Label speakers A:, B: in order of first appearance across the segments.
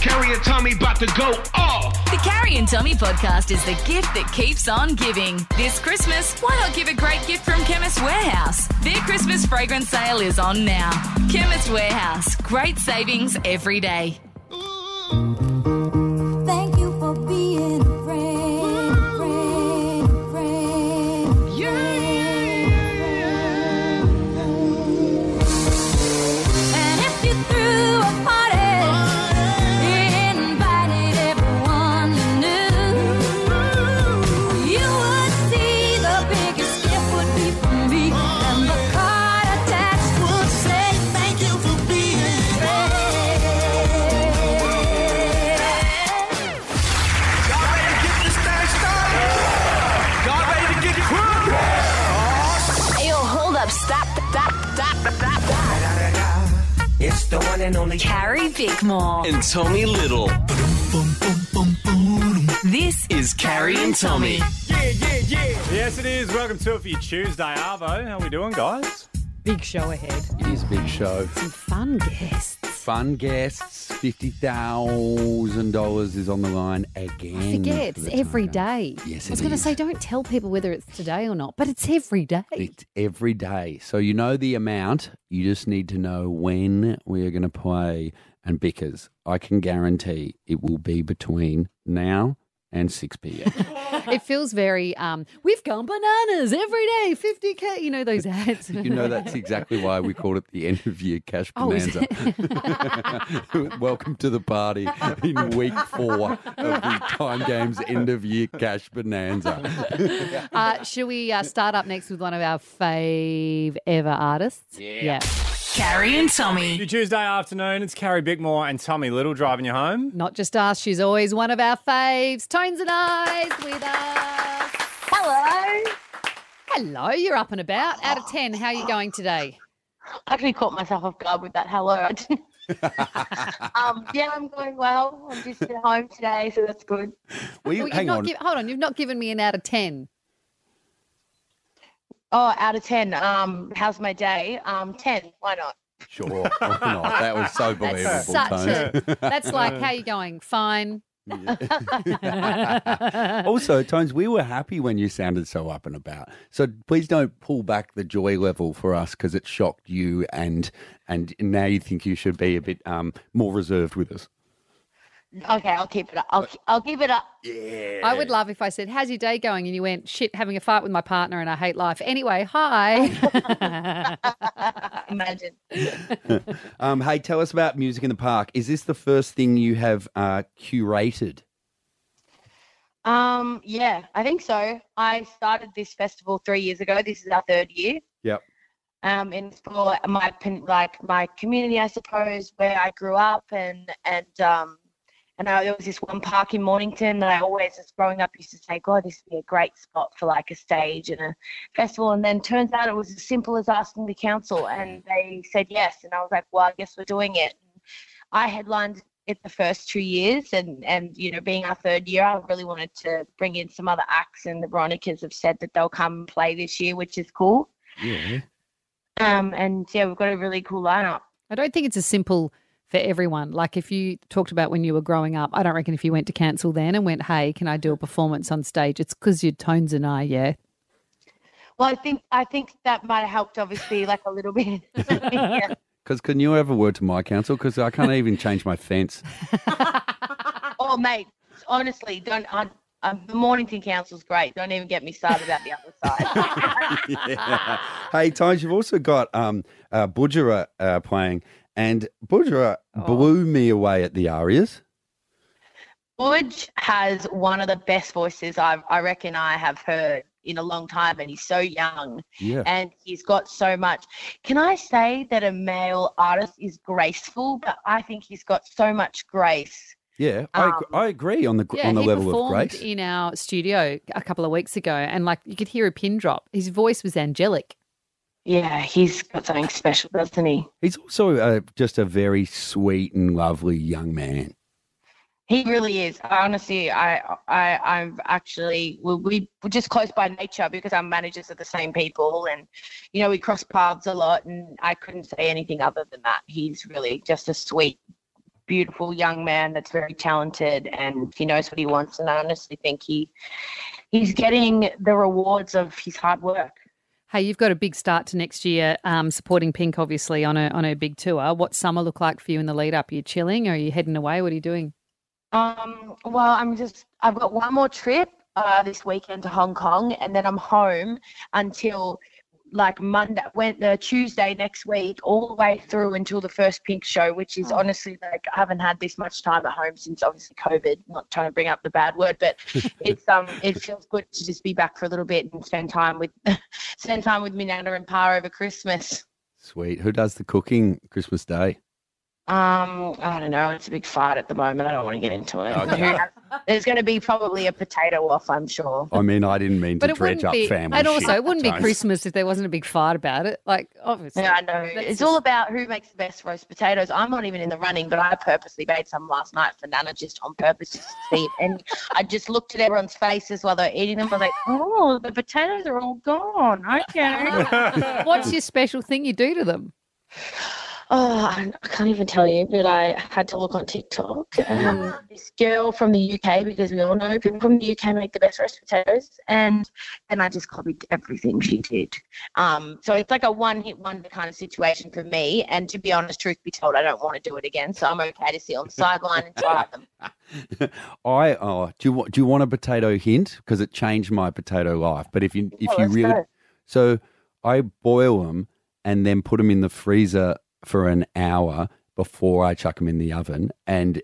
A: Carrie and Tommy about to go off.
B: The Carrie and Tommy podcast is the gift that keeps on giving. This Christmas, why not give a great gift from Chemist Warehouse? Their Christmas fragrance sale is on now. Chemist Warehouse, great savings every day.
C: Thank you for being a friend, friend, friend. And if you threw a party, you invited everyone you knew. You would see the biggest gift would be from me, and the card attached would say, "Thank you for being friends."
D: Y'all ready to get this thing started? Y'all ready to get crunk?
E: Yo, hold up, stop, stop, stop, stop, stop.
D: It's the one and only
B: Carrie Bickmore.
F: and Tommy Little.
B: This
F: Is Carrie and Tommy.
G: Yes, it is. Welcome to it for your Tuesday, Arvo. How we doing, guys?
H: Big show ahead.
I: It is a big show.
H: Some fun guests.
I: Fun guests. Fifty thousand dollars is on the line again.
H: Forget
I: for
H: it's
I: the
H: every
I: Tigers.
H: day.
I: Yes,
H: I was
I: it
H: going to
I: is.
H: say, don't tell people whether it's today or not, but it's every day.
I: It's every day. So you know the amount. You just need to know when we are going to play. And Bickers, I can guarantee it will be between now and 6 p.m.
H: It feels very. Um, we've gone bananas every day. Fifty k. You know those ads.
I: you know, that's exactly why we called it the end of year cash
H: Oh, is
I: bonanza. Welcome to the party in week four of the Time Games end of year cash bonanza.
H: uh, should we uh, start up next with one of our fave ever artists? Yeah.
B: Carrie and Tommy.
G: Your Tuesday afternoon, it's Carrie Bickmore and Tommy Little driving you home.
H: Not just us. She's always one of our faves. Tones and eyes with us.
E: Hello.
H: Hello. You're up and about. Out of ten, how are you going today?
E: I actually caught myself off guard with that hello. I didn't. um, yeah, I'm going well. I'm just at home today, so that's good.
I: Well, you,
H: Well, you've
I: hang
H: not
I: on.
H: giv- hold on. You've not given me an out of ten.
E: Oh, out of 10, um, how's my day? Um, 10, why not?
I: Sure, why not? That was so believable.
H: That's such
I: Tones.
H: a. That's like how you going? Fine.
I: also, Tones, we were happy when you sounded so up and about. So please don't pull back the joy level for us because it shocked you, and and now you think you should be a bit um, more reserved with us.
E: Okay, I'll keep it up. I'll, I'll give it up.
H: I would love if I said, "How's your day going?" and you went, "Shit, having a fight with my partner, and I hate life." Anyway, hi.
E: Imagine.
I: Um, hey, tell us about music in the park. Is this the first thing you have uh, curated?
E: Um, yeah, I think so. I started this festival three years ago. This is our third year.
I: Yep.
E: Um, and it's for my pen- like my community, I suppose, where I grew up, and and um, and I, there was this one park in Mornington that I always, as growing up, used to say, "God, this would be a great spot for like a stage and a festival." And then turns out it was as simple as asking the council, and they said yes. And I was like, "Well, I guess we're doing it." I headlined it the first two years, and and you know, being our third year, I really wanted to bring in some other acts, and the Veronicas have said that they'll come and play this year, which is cool.
I: Yeah.
E: Um, and yeah, we've got a really cool lineup.
H: I don't think it's as simple for everyone. Like if you talked about when you were growing up, I don't reckon if you went to council then and went, "Hey, can I do a performance on stage?" It's because your tones and I, yeah.
E: Well, I think I think that might have helped, obviously, like a little bit. Yeah.
I: Because can you have a word to my council? Because I can't even change my fence.
E: Oh, mate, honestly, don't. I, um, the Mornington Council's great. Don't even get me started about the other side.
I: Yeah. Hey, Tones, you've also got um, uh, Budgera uh, playing, and Budgera
H: Oh.
I: blew me away at the Arias.
E: Budge has one of the best voices I've, I reckon I have heard in a long time, and he's so young.
I: Yeah.
E: and he's got so much. Can I say that a male artist is graceful, but I think he's got so much grace.
I: Yeah, I, ag-
E: Um,
I: I agree on the gr-
H: Yeah,
I: on the
H: he
I: level of
H: performed
I: grace.
H: in our studio a couple of weeks ago, and like you could hear a pin drop. His voice was angelic.
E: Yeah, he's got something special, doesn't he?
I: He's also uh, just a very sweet and lovely young man.
E: He really is. I Honestly, I, I, I'm actually we, we we're just close by nature because our managers are the same people, and you know we cross paths a lot. And I couldn't say anything other than that. He's really just a sweet, beautiful young man that's very talented and he knows what he wants. And I honestly think he he's getting the rewards of his hard work.
H: Hey, you've got a big start to next year, um, supporting Pink, obviously, on a on a big tour. What's summer look like for you in the lead up? Are you chilling? Or are you heading away? What are you doing?
E: Um, well, I'm just I've got one more trip uh, this weekend to Hong Kong, and then I'm home until like Monday, went uh, Tuesday next week, all the way through until the first Pink show, which is honestly like I haven't had this much time at home since obviously COVID. Not trying to bring up the bad word, but it's um it feels good to just be back for a little bit and spend time with spend time with me Nana and Pa over Christmas.
I: Sweet. Who does the cooking Christmas Day?
E: Um, I don't know. It's a big fight at the moment. I don't want to get into it. There's going to be probably a potato off, I'm sure.
I: I mean, I didn't mean to
H: But it
I: dredge
H: wouldn't
I: up
H: be,
I: family.
H: and also
I: shit.
H: it wouldn't be
I: Don't.
H: Christmas if there wasn't a big fight about it. Like oh, obviously,
E: Yeah, I know.
H: That's
E: It's all about who makes the best roast potatoes. I'm not even in the running, but I purposely made some last night for Nana just on purpose just to see it. And I just looked at everyone's faces while they were eating them. I was like, oh, the potatoes are all gone. Okay.
H: What's your special thing you do to them?
E: Oh, I I can't even tell you, but I had to look on TikTok. Um, this girl from the UK, because we all know people from the UK make the best roast potatoes, and and I just copied everything she did. Um, so it's like a one-hit wonder kind of situation for me. And to be honest, truth be told, I don't want to do it again, so I'm okay to sit on the sideline and try them.
I: I oh, do you want do you want a potato hint because it changed my potato life? But if you if
E: Oh,
I: you
E: let's
I: really
E: go.
I: so I boil them and then put them in the freezer for an hour before I chuck them in the oven. And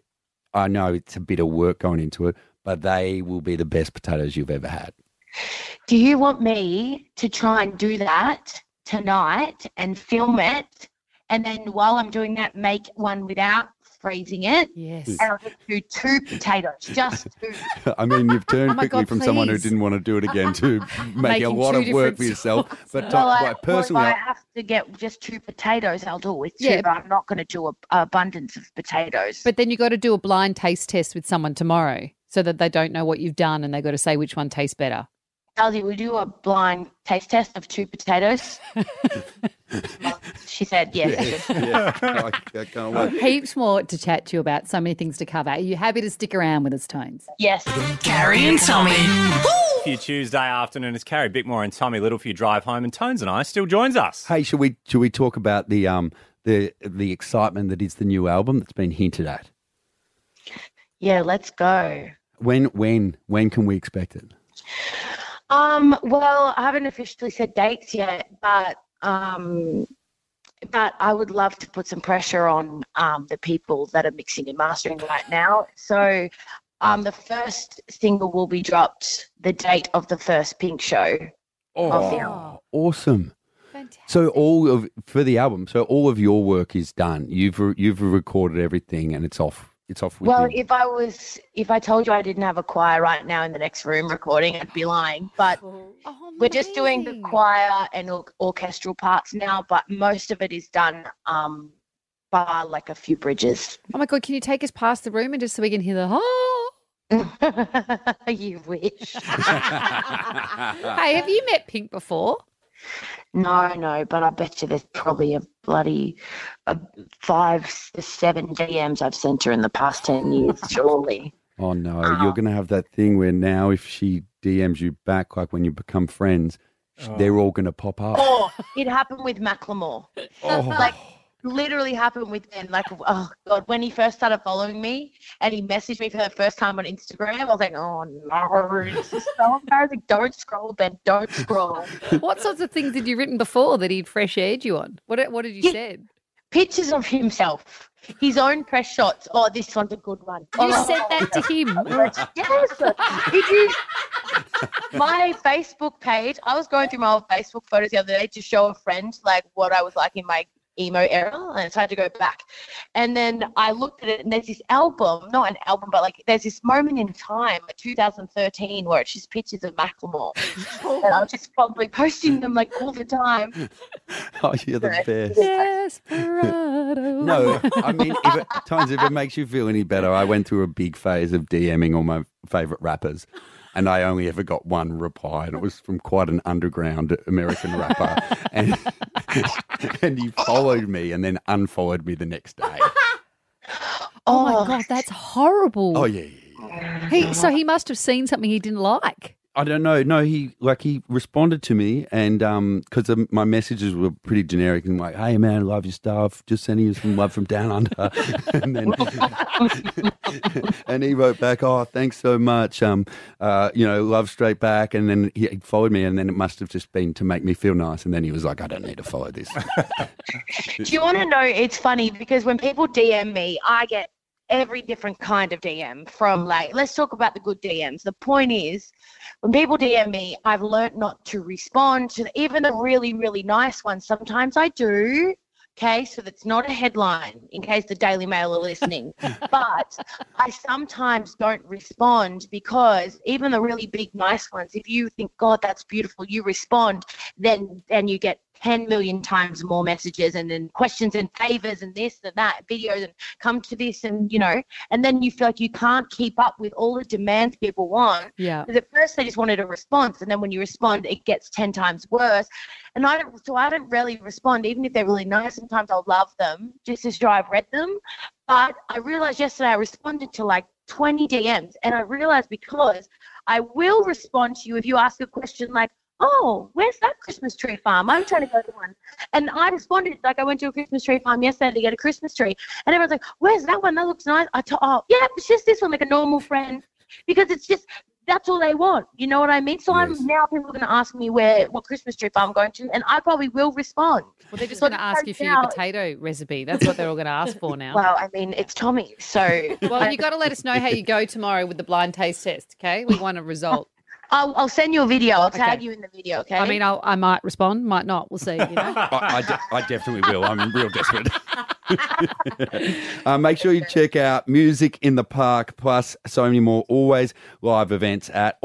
I: I know it's a bit of work going into it, but they will be the best potatoes you've ever had.
E: Do you want me to try and do that tonight and film it, and then while I'm doing that, make one without freezing it?
H: Yes.
E: and I'll just do two potatoes, just two.
I: I mean, you've turned
H: Oh my
I: quickly
H: God,
I: from someone who
H: please.
I: didn't want to do it again to make a
H: Making
I: lot
H: two
I: of work for
H: different
I: yourself.
H: sauces.
I: But
E: well,
I: like,
E: I,
I: personally,
E: well, if
I: I-
E: I have to get just two potatoes, I'll do it with two,
H: Yeah.
E: but I'm not going to do a, a abundance of potatoes.
H: But then you got to do a blind taste test with someone tomorrow so that they don't know what you've done and they got to say which one tastes better.
E: Aldi, we do a blind taste test of two potatoes. she said yes.
I: yeah, I, I can't wait.
H: Heaps more to chat to you about, so many things to cover. Are you happy to stick around with us, Tones?
E: Yes.
F: Carrie and Tommy.
G: for your Tuesday afternoon. It's Carrie Bickmore and Tommy Little for your drive home, and Tones and I still joins us.
I: Hey, should we should we talk about the um the the excitement that is the new album that's been hinted at?
E: Yeah, let's go.
I: When when when can we expect it?
E: Um, well, I haven't officially said dates yet, but um, but I would love to put some pressure on um, the people that are mixing and mastering right now. So, um, the first single will be dropped the date of the first Pink show.
I: Oh.
E: Of the album.
I: awesome!
H: Fantastic.
I: So all of for the album, so all of your work is done. You've re- you've recorded everything, and it's off. It's off. With
E: Well,
I: you.
E: if I was, if I told you I didn't have a choir right now in the next room recording, I'd be lying. But we're just doing the choir and or- orchestral parts now, but most of it is done, um, bar like a few bridges.
H: Oh my God, can you take us past the room and just so we can hear the, oh.
E: you wish.
H: Ah. Hey, have you met Pink before?
E: no, no, but I bet you there's probably a bloody a five to seven DMs I've sent her in the past 10 years, surely.
I: oh no, you're gonna have that thing where now if she DMs you back, like when you become friends, sh they're all gonna pop up.
E: Or it happened with Macklemore. Like, literally happened with Ben. Like, oh God, when he first started following me and he messaged me for the first time on Instagram, I was like, oh no, this is so embarrassing. Don't scroll, Ben. Don't scroll.
H: What sorts of things had you written before that he'd fresh aired you on? What what had you
E: Yeah.
H: said?
E: Pictures of himself, his own press shots. Oh, this one's a good one.
H: You
E: Oh,
H: said that to him.
E: Yes. Did you? My Facebook page. I was going through my old Facebook photos the other day to show a friend like what I was like in my emo era, and so I had to go back. And then I looked at it, and there's this album, not an album, but like there's this moment in time, like 2013, where it's just pictures of Macklemore, and I was just probably posting them like all the time.
I: Oh, you're the best.
H: Desperado.
I: No, I mean, if it, times if it makes you feel any better, I went through a big phase of DMing all my favorite rappers, and I only ever got one reply, and it was from quite an underground American rapper, and and he followed me and then unfollowed me the next day.
E: Oh,
H: my God, that's horrible.
I: Oh yeah, yeah, yeah.
H: He, so he must have seen something he didn't like.
I: I don't know. No, he like he responded to me, and um, because my messages were pretty generic and like, "Hey man, love your stuff. Just sending you some love from down under," and then and he wrote back, "Oh, thanks so much. Um, uh, you know, love straight back." And then he followed me, and then it must have just been to make me feel nice. And then he was like, "I don't need to follow this."
E: Do you want to know? It's funny because when people DM me, I get every different kind of DM from like, let's talk about the good DMs. The point is, when people DM me, I've learnt not to respond to even the really, really nice ones. Sometimes I do. Okay, so that's not a headline in case the Daily Mail are listening. but I sometimes don't respond because even the really big nice ones, if you think, God, that's beautiful, you respond, then then you get 10 million times more messages and then questions and favors and this and that videos and come to this and you know and then you feel like you can't keep up with all the demands people want
H: Yeah.
E: because at first they just wanted a response, and then when you respond, it gets ten times worse. And I don't, so I don't really respond, even if they're really nice. Sometimes I'll love them just as though I've read them. But I realized yesterday I responded to like twenty DMs, and I realized because I will respond to you if you ask a question like. Oh, where's that Christmas tree farm? I'm trying to go to one. And I responded, like, I went to a Christmas tree farm yesterday to get a Christmas tree. And everyone's like, where's that one? That looks nice. I thought, oh, yeah, it's just this one, like a normal friend because it's just that's all they want. You know what I mean? So
I: Yes.
E: I'm now people are going to ask me where what Christmas trip I'm going to, and I probably will respond.
H: Well, they're just
E: So
H: going to ask you for your
E: now-
H: potato recipe. That's what they're all going to ask for now.
E: Well, I mean, it's Tommy, so
H: Well, you got to let us know how you go tomorrow with the blind taste test, okay? We want a result.
E: I'll, I'll send you a video. I'll tag
H: Okay.
E: you in the video. Okay.
H: I mean, I'll, I might respond, might not. We'll see. You know?
I: I, I, de- I definitely will. I'm real desperate. uh, make sure you check out Music in the Park plus so many more always live events at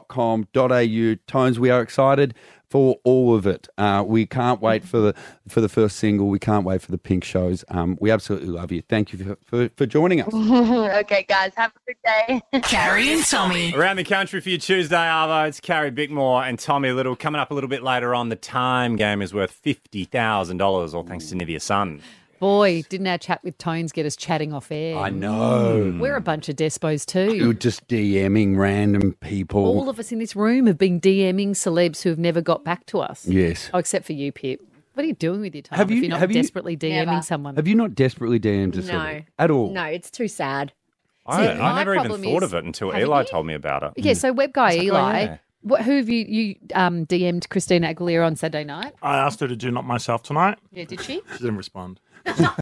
I: alwayslive.com.au. Tones, we are excited for all of it. Uh, we can't wait for the for the first single. We can't wait for the pink shows. Um, we absolutely love you. Thank you for, for, for joining us.
E: okay, guys, have a good day.
F: Carrie and Tommy.
G: Around the country for your Tuesday, Arvo. It's Carrie Bickmore and Tommy Little. Coming up a little bit later on, the time game is worth $50,000, all thanks to Nivea Sun.
H: Boy, didn't our chat with Tones get us chatting off air? Hmm.
I: I know.
H: We're a bunch of despos
I: You're
H: too.
I: just DMing random people.
H: All of us in this room have been DMing celebs who have never got back to us.
I: yes.
H: Oh, except for you, Pip. What are you doing with your time
I: Have
H: if
I: you-
H: you're not
I: have you-
H: desperately DMing
J: Never.
H: someone?
I: Have you not desperately DM'd us
J: No.
I: at all?
J: No, it's too sad.
G: I,
H: See,
G: I
H: my
G: never even
H: problem
G: thought
H: is-
G: of it until
H: haven't
G: Eli
H: you?
G: told me about it. Mm.
H: Yeah, so web guy Eli,
G: yeah.
H: what, who have you you um, DM'd Christina Aguilera on Saturday night?
K: I asked her to do not myself tonight.
H: Yeah, did she?
K: She didn't respond.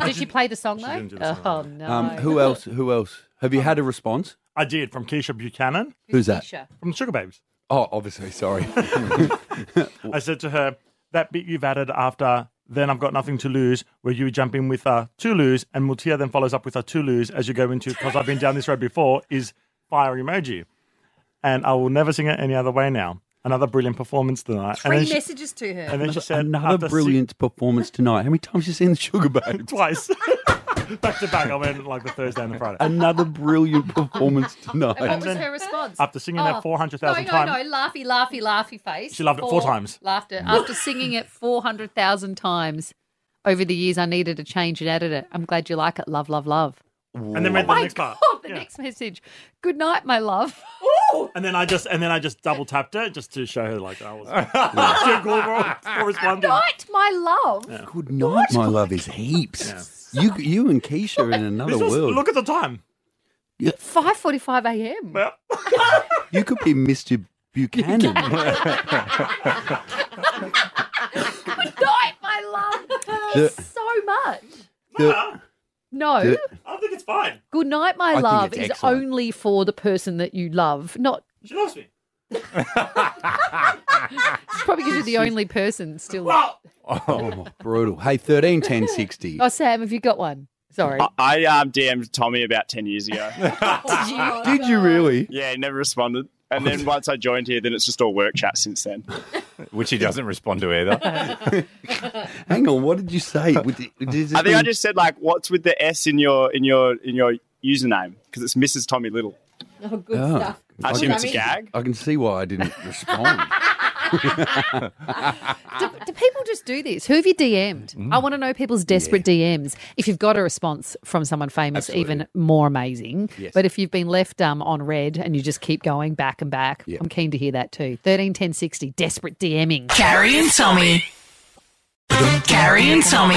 H: did she play the song though?
K: didn't do the song,
H: oh no.
I: Um, who else? Who else? Have you had a response?
K: I did from Keisha Buchanan
I: Who's that?
H: Keisha?
K: from the Sugar Babes.
I: Oh, obviously. Sorry.
K: I said to her, "That bit you've added after." Then I've got nothing to lose. Where you jump in with a to lose, and Multia then follows up with a to lose as you go into because I've been down this road before is fire emoji, and I will never sing it any other way now. Another brilliant performance tonight. and
J: Three
K: then she,
J: messages to her.
K: and then she said
I: Another
K: after six-
I: brilliant performance tonight. How many times you seen the Sugar Babes?
K: twice, back to back. I went like the Thursday and the Friday.
I: Another brilliant performance
H: What
I: tonight.
H: was her response? Oh.
K: after singing that 400,000
H: no, No,
K: times.
H: no, laughy, laughy, laughy face.
K: She laughed it four times.
H: Laughed it. After singing it 400,000 times over the years, I needed a change and added it. I'm glad you like it. Love, love, love.
K: and then read the
H: Oh My
K: next part.
H: God, the
K: Yeah.
H: next message. Good night, my love.
K: And then I just and then I just double tapped it just to show her like I was too cool for, for responding.
H: Night, my love.
I: Good night,
H: Oh
I: my love is heaps. You, you and Keisha are in another
K: This was-
I: world.
K: look at the time.
H: 5.45 a.m.
K: Yeah.
I: you could be Mr. Buchanan.
H: Good night, my love.
I: The-
H: Thanks so much.
I: The-
H: No.
I: the-
K: I think it's fine.
H: Good night, my
I: think
H: love
I: it's
H: is
I: excellent.
H: only for the person that you love. Not
K: She loves me.
H: it's probably because you're the only person still.
K: Well,
I: oh, brutal. Hey, thirteen ten sixty.
H: Oh, Sam, have you got one? Sorry.
L: I um, DM'd Tommy about 10 years ago.
I: Did you really?
L: yeah, he never responded. And then once I joined here, then it's just all work chat since then.
G: Which he doesn't respond to either.
I: Hang on. What did you say? Would- did this
L: I think I
I: mean-
L: just said like, "What's with the S in your in your in your username?" Because it's Mrs. Tommy Little.
J: oh, good
I: Oh.
J: stuff.
L: I assume it's a
J: Tommy.
L: gag.
I: I can see why I didn't respond.
H: Do, Do people just do this? Who have you DM'd?
I: Mm-hmm.
H: I want to know people's desperate DMs. If you've got a response from someone famous, even more amazing.
M: Yes.
H: But if you've been left um, on red and you just keep going back and back, I'm keen to hear that too. 13, 10, 60, desperate DMing.
F: Carrie and Tommy. Carrie and Tommy.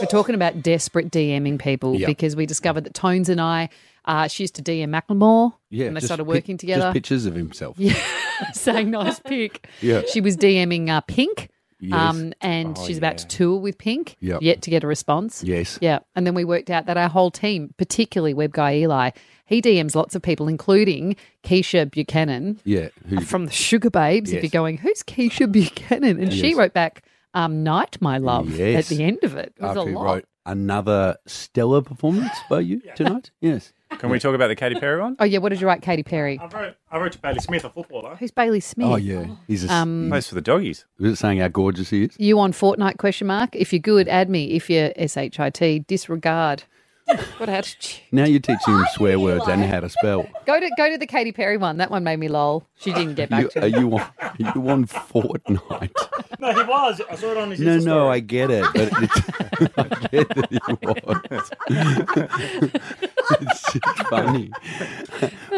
H: We're talking about desperate DMing people because we discovered that Tones and I, uh, she used to DM Macklemore
I: Yeah,
H: and they
I: just
H: started
I: pic-
H: working together.
I: Just pictures of himself.
H: Yeah, saying nice pic.
I: Yeah.
H: She was DMing uh, Pink.
I: Yes.
H: Um, and
I: Oh,
H: she's about to tour with Pink,
I: Yep.
H: yet to get a response.
I: Yes.
H: Yeah. And then we worked out that our whole team, particularly web guy Eli, he DMs lots of people, including Keisha Buchanan
I: Yeah. Who,
H: from the Sugar Babes. If
I: Yes.
H: you're going, who's Keisha Buchanan? And she
I: Yes.
H: wrote back, um, Night, my love,
I: Yes.
H: at the end of it. It was a
I: after he
H: lot.
I: wrote another stellar performance by you tonight. Yes.
G: Can we talk about the Katy Perry one?
H: Oh, yeah. What did you write, Katy Perry?
K: I wrote, I wrote to Bailey Smith, a footballer.
H: Who's Bailey Smith?
I: Oh yeah, he's a,
H: Um,
I: plays
G: for the doggies.
I: Was it saying how gorgeous he is?
H: You on Fortnite? Question mark. If you're good, add me. If you're shit, disregard. what attitude?
I: Now you're teaching him swear words and how to spell.
H: Go to go to the Katy Perry one. That one made me lol. She didn't get back
I: You,
H: to
I: are
H: me.
I: you on? Are you on Fortnite?
K: No, he was. I saw it on his
I: No,
K: Insta
I: no,
K: story.
I: I get it, but it's, I get that he was. it's just funny.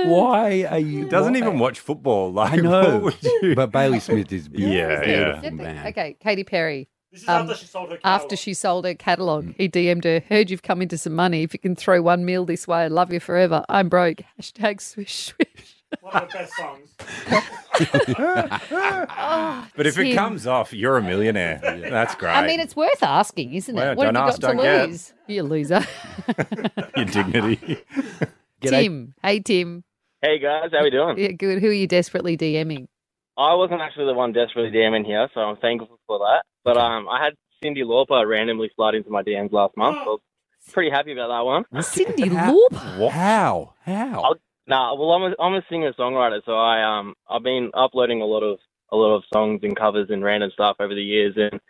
I: Why are you?
G: Doesn't
I: why-
G: even watch football. Like,
I: I
G: what
I: know,
G: would you-
I: but Bailey Smith is beautiful.
G: Yeah,
I: beautiful
G: yeah.
I: man.
H: Okay, Katy Perry. This
K: is after she sold her
H: After she sold her catalogue,
G: Mm.
H: he DM'd her, heard you've come into some money. If you can throw one meal this way, I love you forever. I'm broke. Hashtag swish swish.
K: One of the best songs.
H: Oh,
G: But if
H: it's
G: it
H: him.
G: comes off, you're a millionaire. That's great.
H: I mean, it's worth asking, isn't it?
G: Well,
H: what have
G: don't
H: you
G: ask,
H: got
G: don't
H: to
G: get.
H: lose? You loser.
G: your dignity.
H: Tim. Hey, Tim.
N: Hey guys, how we doing?
H: Yeah, good. Who are you desperately DMing?
N: I wasn't actually the one desperately DMing here, so I'm thankful for that. But um, I had Cindy Lauper randomly slide into my DMs last month. So I was pretty happy about that one.
H: Cindy Lauper.
I: How? How?
N: I'll, nah, well, I'm a, I'm a singer songwriter, so I um I've been uploading a lot of a lot of songs and covers and random stuff over the years. And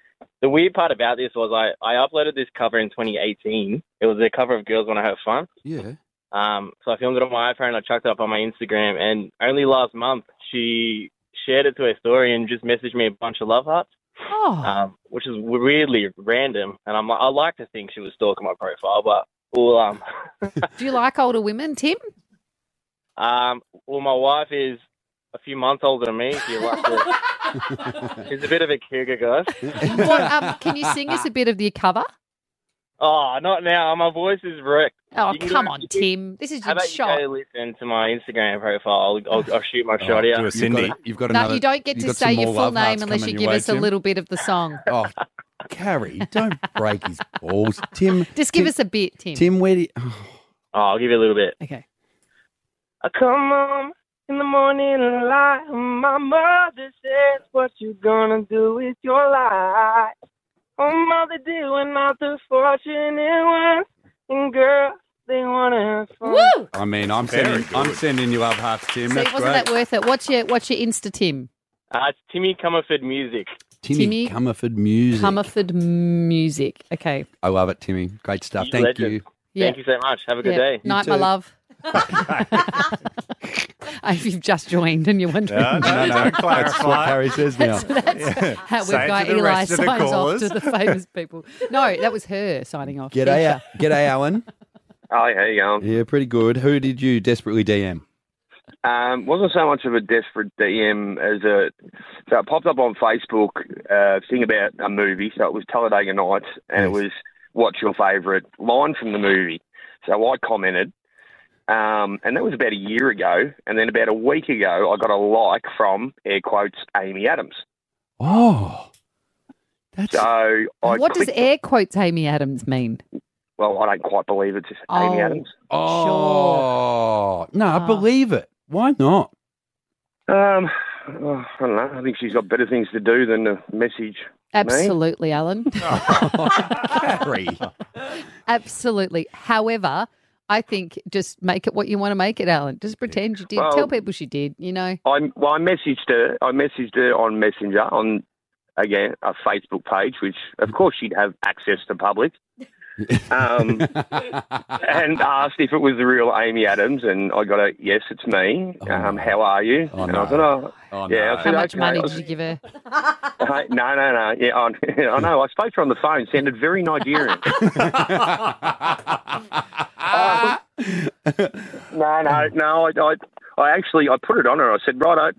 N: the weird part about this was I I uploaded this cover in 2018. It was a cover of Girls Wanna Have Fun.
I: Yeah.
N: Um, so I filmed it on my iPhone. I chucked it up on my Instagram, and only last month she shared it to her story and just messaged me a bunch of love hearts,
H: Oh.
N: um, which is weirdly random. And I'm I like to think she was stalking my profile, but well, um,
H: Do you like older women, Tim?
N: um, well, my wife is a few months older than me. She likes to, she's a bit of a cougar, guys.
H: What, um, can you sing us a bit of the cover?
N: Oh, not now. My voice is wrecked.
H: Oh,
N: You can
H: come
N: go-
H: on, Tim. This is
N: How
H: your
N: about
H: shot.
N: you go listen to my Instagram profile? I'll, I'll, I'll shoot my shot
I: Oh, do
N: out.
I: a You've Cindy. got a- you've got
H: no, you don't get to say your full name unless you give us a little bit of the song.
I: Oh, Carrie, don't break his balls, Tim.
H: Just give
I: Tim-
H: us a bit, Tim.
I: Tim, where do you?
N: Oh, I'll give you a little bit.
H: Okay.
N: I come home in the morning light. and My mother says, What you gonna do with your life? Oh, mother, they were not the fortunate ones. And girl, they wanna have fun.
H: Woo!
I: I mean, I'm
N: Very
I: sending, I'm sending you up half, Tim.
H: See,
I: That's
H: wasn't
I: great.
H: that worth it? What's your What's your Insta, Tim?
N: Uh, it's Timmy Comerford Music.
I: Timmy,
H: Timmy
I: Comerford music.
H: Comerford Music. Okay.
I: I love it, Timmy. Great stuff.
N: You
I: Thank
N: legend.
I: you.
H: Yeah.
N: Thank you so much. Have a good
H: Yeah.
N: day.
H: Night, my love. if you've just joined and you're wondering,
I: No, no, no. That's what Harry says now.
H: That's, that's
I: Yeah.
H: how
I: Say it
H: Web Guy
I: to the
H: Eli
I: rest of the
H: signs off
I: callers.
H: to the famous people. No, that was her signing off.
I: G'day,
H: Keisha.
I: Al- g'day, Alan.
O: Hi, Oh, how you going?
I: Yeah, pretty good. Who did you desperately DM?
O: Um, wasn't so much of a desperate DM as a. So it popped up on Facebook uh, thing about a movie. So it was Talladega Nights, and it was what's your favourite line from the movie. So I commented, um, and that was about a year ago. And then about a week ago, I got a like from air quotes Amy Adams.
I: Oh,
O: so I
N: Oh,
H: What does
O: clicked-
H: air quotes Amy Adams mean?
O: well, I don't quite believe it's Amy
H: Oh.
O: Adams.
I: Oh, no, I
O: Ah.
I: believe it. Why not?
O: Um, oh, I don't know. I think she's got better things to do than to message. Me.
H: Absolutely, Alan.
I: Harry.
H: Absolutely. However, I think just make it what you want to make it, Alan. Just pretend you did.
O: Well-
H: Tell people she did, you know.
O: I well, I messaged her. I messaged her on Messenger on again a Facebook page, which of course she'd have access to public. um, and asked if it was the real Amy Adams, and I got a yes, it's me. um, How are you? and I was like, oh, yeah. I
H: How
O: said,
H: much
O: "Okay."
H: money
O: I
H: did you give her?
O: Hey, no, no, no. Yeah, I, I know. I spoke to her on the phone. Sounded very Nigerian. Um, no, no, no. I, I, I actually, I put it on her. I said, right,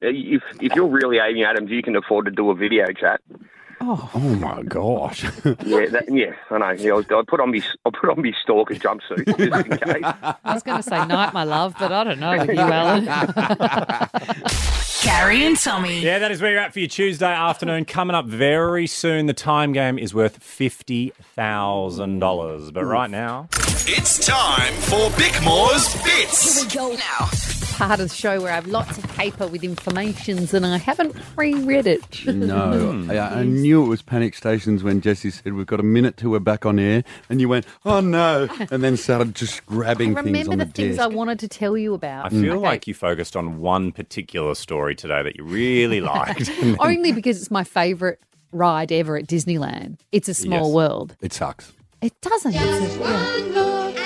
O: if if you're really Amy Adams, you can afford to do a video chat.
I: Oh, my gosh.
O: Yeah, that, yeah. I know. Yeah, I, I put on me, I put on me stalker jumpsuit just in case.
H: I was going to say night, my love, but I don't know with you, Alan.
G: Carrie and Tommy. Yeah, that is where you're at for your Tuesday afternoon. Coming up very soon, the time game is worth $50,000. But right now.
D: It's time for Bickmore's Bits.
J: Here we go now.
H: Part of the show where I have lots of paper with informations and I haven't pre-read it.
I: No, I, I knew it was panic stations when Jesse said we've got a minute till we're back on air, and you went, "Oh no!" and then started just grabbing things
H: Remember
I: on
H: the
I: the,
H: things I
I: desk.
H: wanted to tell you about.
G: I feel
H: Okay.
I: Mm.
G: like you focused on one particular story today that you really liked.
H: Only because it's my favourite ride ever at Disneyland. It's a small
G: Yes.
H: world.
I: It sucks.
H: It doesn't. It's a,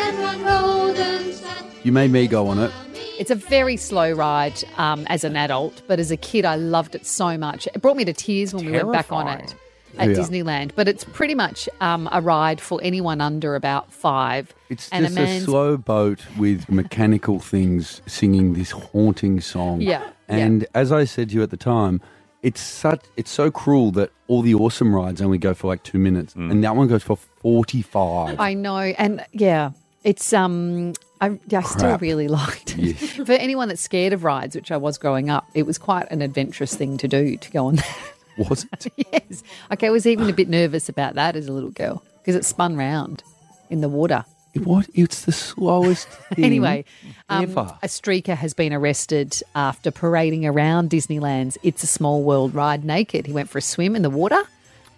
I: You made me go on it.
H: It's a very slow ride um, as an adult, but as a kid, I loved it so much. It brought me to tears when we went back on it at
I: Yeah.
H: Disneyland. But it's pretty much um, a ride for anyone under about five. It's
I: Just a slow boat with mechanical things singing this haunting song.
H: Yeah, yeah.
I: And as I said to you at the time, it's such it's so cruel that all the awesome rides only go for like two minutes, and that one goes for forty five.
H: I know, and yeah, it's um, I, I still
I: Crap.
H: really liked it. For anyone that's scared of rides, which I was growing up, it was quite an adventurous thing to do to go on. That.
I: Was it?
H: yes. Okay, I was even a bit nervous about that as a little girl because it spun round in the water.
I: What? It's the slowest thing
H: Anyway, um,
I: ever.
H: a streaker has been arrested after parading around Disneyland's It's a Small World ride naked. He went for a swim in the water,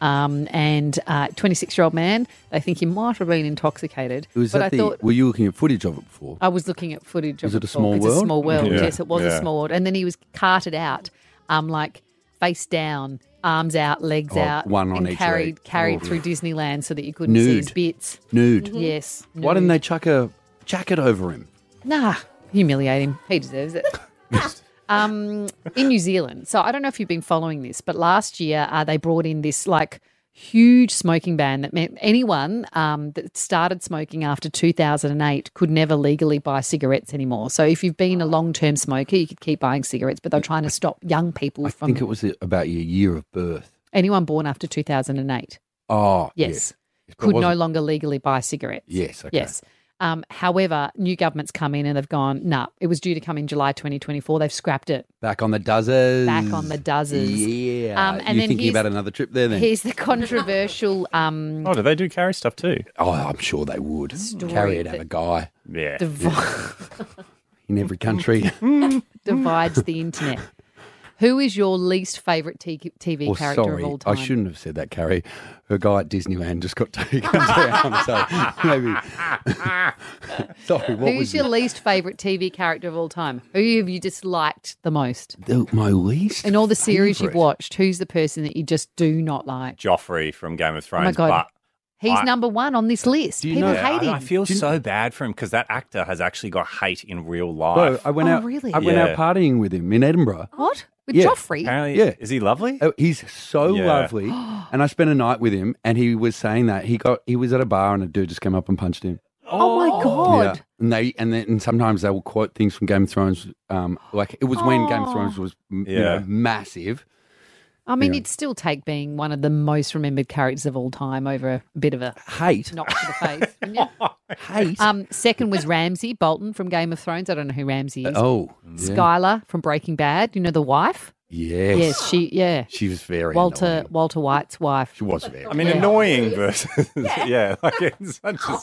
H: um, and uh, 26-year-old man. They think he might have been intoxicated.
I: It was
H: but
I: that
H: I
I: the,
H: thought Oh,
I: were you looking at footage of it before?
H: I was looking at footage.
I: Was it
H: of
I: a
H: before.
I: small
H: it's
I: world?
H: A small world.
I: Yeah.
H: Yes, it was
I: Yeah.
H: a small world. And then he was carted out, um, like face down, arms out, legs
I: Oh,
H: out,
I: one on
H: and
I: each
H: carried
I: leg.
H: carried
I: Oh.
H: through Disneyland so that you couldn't see his
I: Nude.
H: bits. Mm-hmm.
I: Nude.
H: Yes.
I: Why didn't
H: nude.
I: they chuck a jacket over him?
H: Nah, humiliate him. He deserves it. um, in New Zealand. So I don't know if you've been following this, but last year uh, they brought in this like huge smoking ban that meant anyone um, that started smoking after 2008 could never legally buy cigarettes anymore. So if you've been a long term smoker, you could keep buying cigarettes, but they're trying to stop young people
I: I
H: from
I: think it was about your year of birth.
H: anyone born after 2008.
I: Oh,
H: Yes.
I: yes. But
H: Could no
I: wasn't-
H: longer legally buy cigarettes.
I: Yes, okay.
H: Yes. Um, however, new government's come in and they've gone, nah, it was due to come in July 2024. They've scrapped it.
I: Back on the dozers.
H: Back on the dozers.
I: Yeah.
H: Um,
I: you
H: and then
I: thinking
H: here's-
I: about another trip there then?
H: Here's the controversial um,
G: Oh, do they do carry stuff too?
I: Oh, I'm sure they would.
H: Story
I: Carry it
H: that-
I: have a guy.
G: Yeah.
I: In every country.
H: divides the internet. Who is your least favorite t- TV
I: Or
H: character
I: Oh, sorry,
H: of all time?
I: I shouldn't have said that, Carrie. Her guy at Disneyland just got taken down. So maybe. sorry, what
H: Who's
I: was
H: your
I: it?
H: least favorite TV character of all time? Who have you disliked the most?
I: The- my least?
H: In all the series you've
G: Favourite?
H: watched, who's the person that you just do not like?
G: Joffrey from Game of Thrones.
H: Oh my God.
G: But
H: He's
G: I-
H: number one on this list. People hate him.
G: I, I feel so bad for him because that actor has actually got hate in real
I: Bro,
G: life.
I: I went
H: Oh,
I: out.
H: really?
I: I went
G: Yeah.
I: out partying with him in Edinburgh.
H: What? With
I: Yeah.
H: Joffrey?
I: yeah.
G: Is he lovely?
I: Oh, he's so
G: Yeah.
I: lovely. And I spent a night with him, and he was saying that he got he was at a bar, and a dude just came up and punched him.
H: Oh, my God.
I: Yeah. And they and then and sometimes they will quote things from Game of Thrones. Um, like it was when Game of
H: Oh.
I: Thrones was m- you
G: Yeah.
I: know, massive.
H: I mean,
I: Yeah.
H: it'd still take being one of the most remembered characters of all time over a bit of a
I: Hate.
H: knock to the face. wouldn't you?
I: Hate.
H: Um, second was Ramsey Bolton from Game of Thrones. I don't know who Ramsey is.
I: Oh, yeah.
H: Skylar from Breaking Bad. You know the wife.
I: Yes.
H: Yes, she. Yeah,
I: She was very
H: Walter
I: annoying.
H: Walter White's wife.
I: She was very.
G: I mean,
H: Yeah. Oh.
G: annoying versus yeah. like it's such a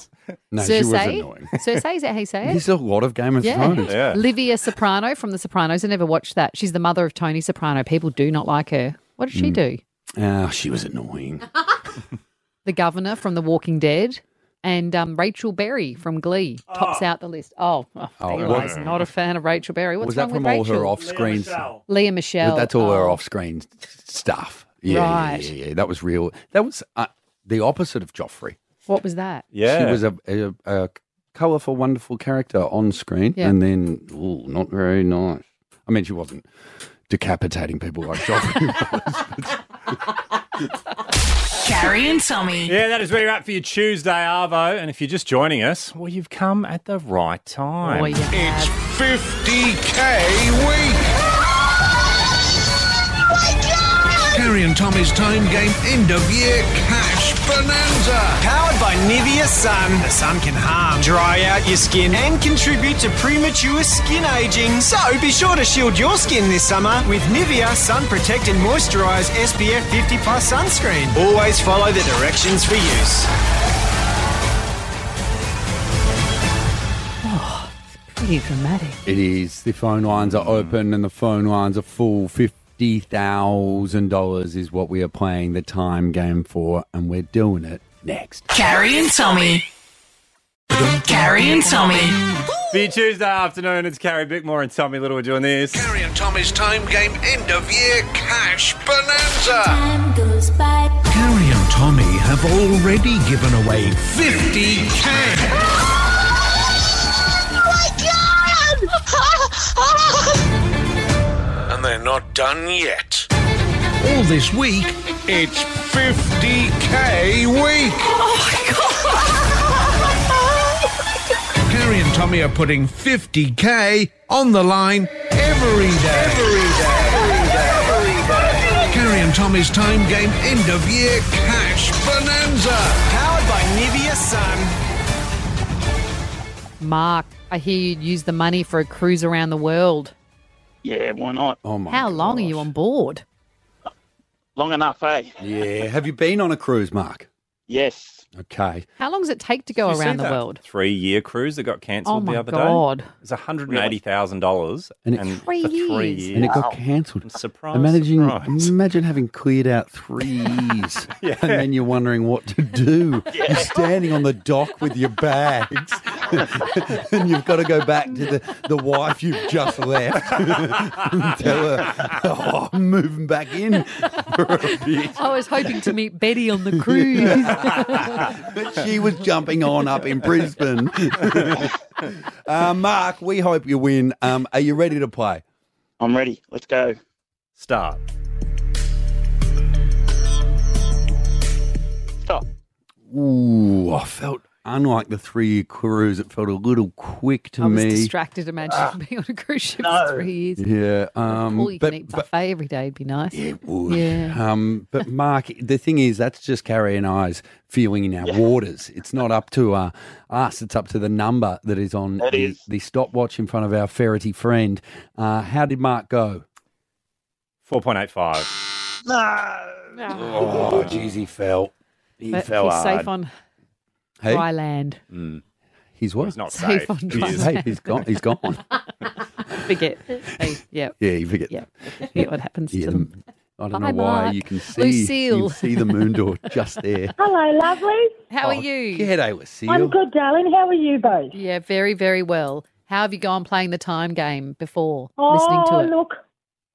I: No,
H: Cersei.
I: she was annoying.
H: Cersei is that how you say it?
I: There's a lot of Game of
H: Yeah.
I: Thrones.
H: Livia Soprano from The Sopranos. I never watched that. She's the mother of Tony Soprano. People do not like her. What did she
I: Mm.
H: do?
I: Ah, she was annoying.
H: The governor from The Walking Dead. And um, Rachel Berry from Glee tops out the list. Oh, oh,
I: Oh,
H: Eli's
I: what-
H: not a fan of Rachel Berry. What's
I: was
H: wrong
I: that from
H: with
I: all
H: Rachel?
I: her off screen?
H: Leah Michelle.
I: That's all
H: Oh.
I: her off screen stuff. Yeah, yeah,
H: Right.
I: yeah, yeah, yeah. That was real. That was uh, the opposite of Joffrey.
H: What was that?
I: She was a, a, a colourful, wonderful character on screen,
H: Yeah.
I: and then ooh, not very nice. I mean, she wasn't decapitating people like Joffrey.
G: Carrie and Tommy. Yeah, that is where you're at for your Tuesday Arvo. And if you're just joining us, well, you've come at the right time.
D: Oh, you It's 50k week.
M: Carrie and Tommy's Time Game End of Year Cash Bonanza.
P: Powered by Nivea Sun, the sun can harm, dry out your skin, and contribute to premature skin aging. So be sure to shield your skin this summer with Nivea Sun Protect and Moisturize SPF 50 Plus sunscreen. Always follow the directions for use.
H: Pretty dramatic.
I: It is. The phone lines are open and the phone lines are full. $50,000 is what we are playing the time game for, and we're doing it next.
F: Carrie and Tommy. Carrie and Tommy.
G: For your Tuesday afternoon, it's Carrie Bickmore and Tommy Little are doing this.
M: Carrie and Tommy's Time Game End of Year Cash Bonanza.
C: Time goes by.
M: Carrie and Tommy have already given away 50k. And they're not done yet. All this week, it's 50k week. Carrie and Tommy are putting 50k on the line every day. Every day. Carrie and Tommy's time game end of year cash bonanza.
P: Powered by Nivea Sun.
H: Mark, I hear you'd use the money for a cruise around the world.
Q: Yeah, why not?
I: Oh my!
H: How long are you on board?
Q: Long enough, eh?
I: Yeah. Have you been on a cruise, Mark?
Q: Yes.
I: Okay.
H: How long does it take to go
G: You see
H: around the
G: that
H: world?
G: Three year cruise that got cancelled
H: Oh my
G: the other
H: God.
G: day. It's $180,000.
I: And it-
H: Three
G: for three
H: years.
G: years.
I: And it got cancelled.
G: Surprise.
I: Imagine,
G: surprise.
I: imagine having cleared out three years
G: Yeah.
I: and then you're wondering what to do. You're standing on the dock with your bags and you've got to go back to the, the wife you've just left and tell her, oh, I'm moving back in for a bit.
H: I was hoping to meet Betty on the cruise.
I: But she was jumping on up in Brisbane. uh, Mark, we hope you win. Um, are you ready to play?
Q: I'm ready. Let's go.
G: Start.
I: Ooh, I felt unlike the three year cruise. It felt a little quick to
H: I was
I: me.
H: distracted. Imagine being on a cruise ship for three years.
I: Yeah, um,
H: All you
I: but-
H: can eat buffet every day would be nice. Yeah,
I: it would.
H: Yeah.
I: Um, but Mark, the thing is, that's just Carrie and I's feeling in our waters. It's not up to uh, us. It's up to the number that is on the, the stopwatch in front of our ferrety friend. Uh, how did Mark go?
G: 4.85.
Q: No.
I: Oh, jeez, he fell. He
H: But
I: fell
H: he's
I: hard.
H: safe on
I: Hey?
H: dry land.
I: He's what?
H: He's not Safe safe. on
I: He's,
H: dry
I: safe.
H: land.
I: he's gone. He's gone.
H: Forget. Hey, yeah.
I: Yeah, you forget.
H: Yeah. Forget what happens
I: Yeah,
H: to
I: the-
H: them.
I: I don't
H: Bye,
I: know why
H: Mark.
I: you can see
H: Lucille.
I: You see the moon door just there.
R: Hello, lovely.
H: How are
I: Oh,
H: you?
I: G'day, Lucille.
R: I'm good, darling. How are you both?
H: Yeah, very, very well. How have you gone playing the time game before listening
R: Oh,
H: to it?
R: look,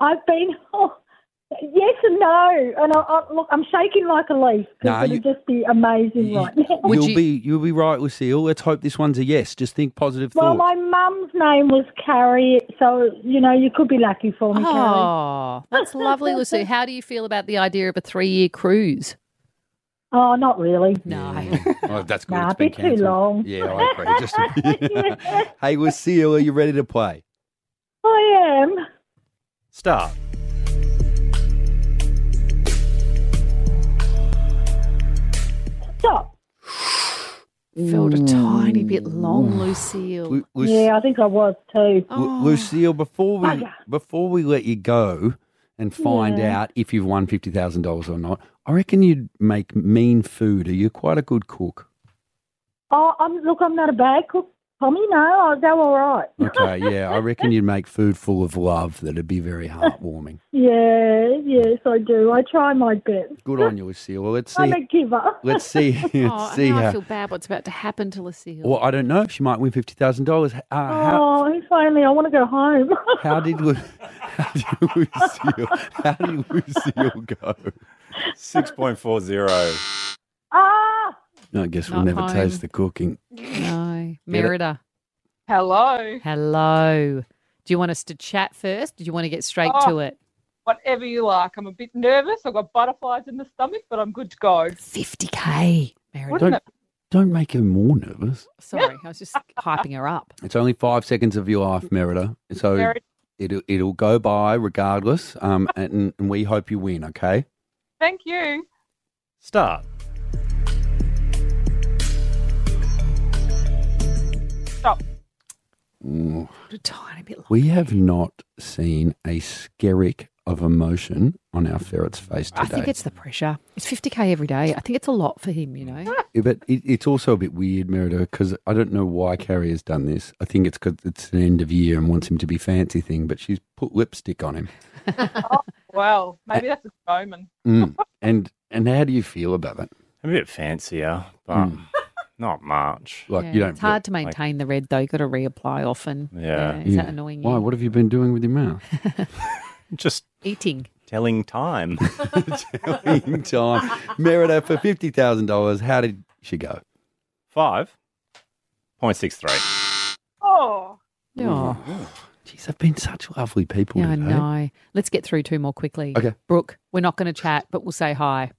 R: I've been. Oh, yes and no. And I, I, look, I'm shaking like a leaf
I: Nah,
R: because it'll just be amazing right now.
I: You'll be you'll be right, Lucille. Let's hope this one's a yes. Just think positive
R: well,
I: thoughts.
R: my mum's name was Carrie, so you know you could be lucky for me, Carrie.
H: Oh, that's lovely, Lucy. How do you feel about the idea of a three-year cruise?
R: Oh, not really.
H: No.
I: Oh, that's good.
R: Nah,
I: it's been
R: a bit too
I: cancelled.
R: long.
I: Yeah, I agree. Just... hey, Lucille, are you ready to play?
R: I am.
G: Start.
R: Stop.
H: Felt a tiny bit long, Oh.
I: Ooh.
H: Lucille.
I: Mm. Lu- Lu-
R: Yeah, I think I was too.
I: Lu- Lucille, before we before we let you go and find
R: Yeah.
I: out if you've won fifty thousand dollars or not, I reckon you'd make mean food. Are you quite a good cook?
R: Oh, I'm, look, I'm not a bad cook, Tommy. No, I'll go all right.
I: Okay, yeah, I reckon you'd make food full of love. That'd be very heartwarming.
R: Yeah, yes, I do. I try my best.
I: Good on you, Lucille. Well, let's see.
R: I'm a giver.
I: Let's see. Let's
H: oh,
I: see
H: now I
I: how.
H: feel bad what's about to happen to Lucille.
I: Well, I don't know if she might win fifty thousand dollars. Uh, how,
R: Oh, if only I want to go home.
I: how did Lu- how did Lucille how did Lucille go?
G: Six point four zero.
R: ah,
I: I guess we'll
H: Not
I: never taste
H: home.
I: the cooking.
H: No.
I: Get it?
H: Merida.
S: Hello.
H: Hello. Do you want us to chat first? Do you want to get straight
S: Oh.
H: to it?
S: Whatever you like. I'm a bit nervous. I've got butterflies in the stomach, but I'm good to go.
H: 50K. Merida.
S: Wouldn't
I: Don't, don't make her more nervous.
H: Sorry, I was just hyping her up.
I: It's only five seconds of your life, Merida. So
H: Merida.
I: it'll it'll go by regardless. Um, and, and we hope you win. Okay.
S: Thank you.
G: Start.
S: Stop.
I: Ooh.
H: A tiny bit.
I: We have not seen a skerrick of emotion on our ferret's face today.
H: I think it's the pressure. It's 50K every day. I think it's a lot for him, you know?
I: Yeah, but it, it's also a bit weird, Merida, because I don't know why Carrie has done this. I think it's because it's an end of year and wants him to be fancy thing, but she's put lipstick on him.
S: Well, maybe that's a good omen.
I: Mm. and and how do you feel about that?
G: I'm a bit fancier, but not much.
I: Hmm. Like Mm.
H: Yeah, it's hard to maintain the red, though. You've got to reapply often. Is that annoying you?
I: Why? What have you been doing with your mouth?
G: Just
H: eating.
G: Telling time.
I: Telling time. Merida for fifty thousand dollars. How did she go?
G: Five point six three.
S: Oh.
H: Yeah.
I: Jeez, they've been such lovely people.
H: Yeah, I
I: today.
H: know. Let's get through two more quickly.
I: Okay.
H: Brooke, we're not going to chat, but we'll say hi.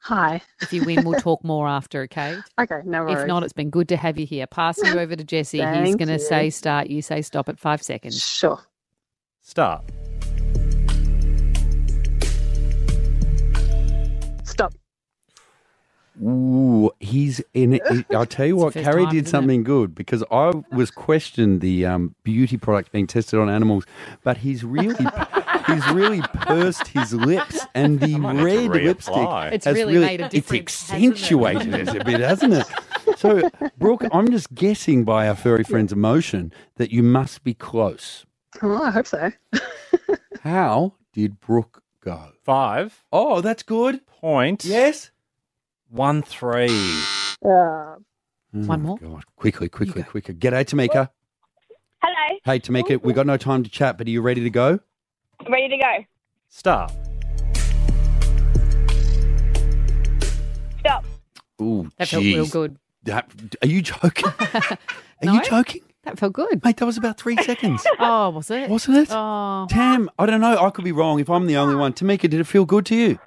T: Hi.
H: If you win, we'll talk more after, okay?
T: Okay, no worries.
H: If not, it's been good to have you here. Passing you over to Jesse. He's
T: Thank
H: going to
T: you.
H: say start, you say stop at five seconds.
T: Sure.
G: Start.
T: Stop.
I: Ooh, he's in it. He- I'll tell you what,
T: first
I: Carrie
T: time,
I: did
T: isn't it?
I: something good because I was questioned the um, beauty product being tested on animals, but he's really, he's really pursed his lips, and the
M: have to
I: red lipstick
M: reapply.
H: It's
I: has
H: really made a
I: It's
H: difference, hasn't it?
I: accentuated it? a bit, hasn't it? So, Brooke, I'm just guessing by our furry friend's emotion that you must be close.
T: Oh, I hope so.
I: How did Brooke go?
G: Five.
I: Oh, that's good.
G: Point.
I: Yes.
G: One three.
T: Uh,
I: One
H: more.
I: oh God, quickly, quickly, quicker. G'day, Tamika.
U: Hello.
I: Hey, Tamika, we got no time to chat, but are you ready to go?
U: Ready to go.
G: Start.
U: Stop.
I: Ooh,
H: That felt real
I: jeez.
H: good.
I: That- are you joking? Are you joking?
H: That felt good.
I: Mate, that was about three seconds.
H: oh, was it?
I: Wasn't it?
H: Oh.
I: Tam, I don't know. I could be wrong if I'm the only one. Tamika, did it feel good to you?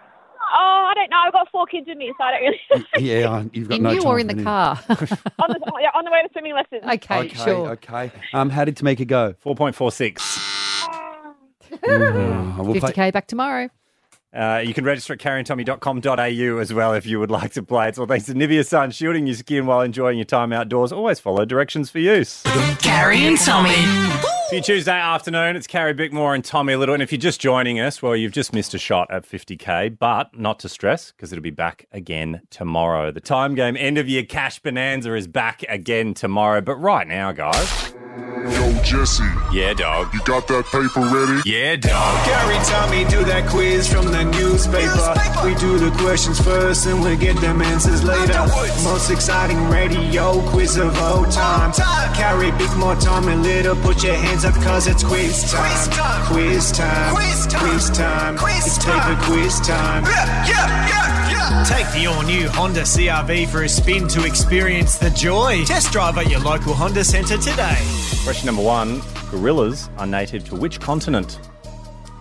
U: Oh, I don't know. I've got four kids with me, so I don't really.
I: Yeah, I- you've got
H: In
I: no
H: you
I: time
H: or in
I: for
H: the
I: any-
H: car?
U: on, the, yeah, on the way to swimming lessons.
H: Okay,
I: Okay, okay. Um, how did Tamika go?
G: 4.46.
I: we'll
H: 50K back tomorrow.
G: Uh, you can register at carrieandtommy.com.au as well if you would like to play. It's all thanks to Nivea Sun, shielding your skin while enjoying your time outdoors. Always follow directions for use.
F: Carrie and Tommy.
G: For your Tuesday afternoon, it's Carrie Bickmore and Tommy Little. And if you're just joining us, well, you've just missed a shot at 50K, but not to stress because it'll be back again tomorrow. The time game end of year cash bonanza is back again tomorrow. But right now, guys.
M: Yo, Jesse.
G: Yeah, dog.
M: You got that paper ready?
G: Yeah, dog.
P: Gary Tommy do that quiz from the newspaper. We do the questions first and we get them answers later. Most exciting radio quiz of all time. Carrie Bickmore, Tom and Little, put your hands up cause it's quiz time. Quiz time. Quiz time. Quiz time. It's paper quiz time.
V: Take the all new Honda CRV for a spin to experience the joy. Test drive at your local Honda Centre today.
G: Question number one Gorillas are native to which continent?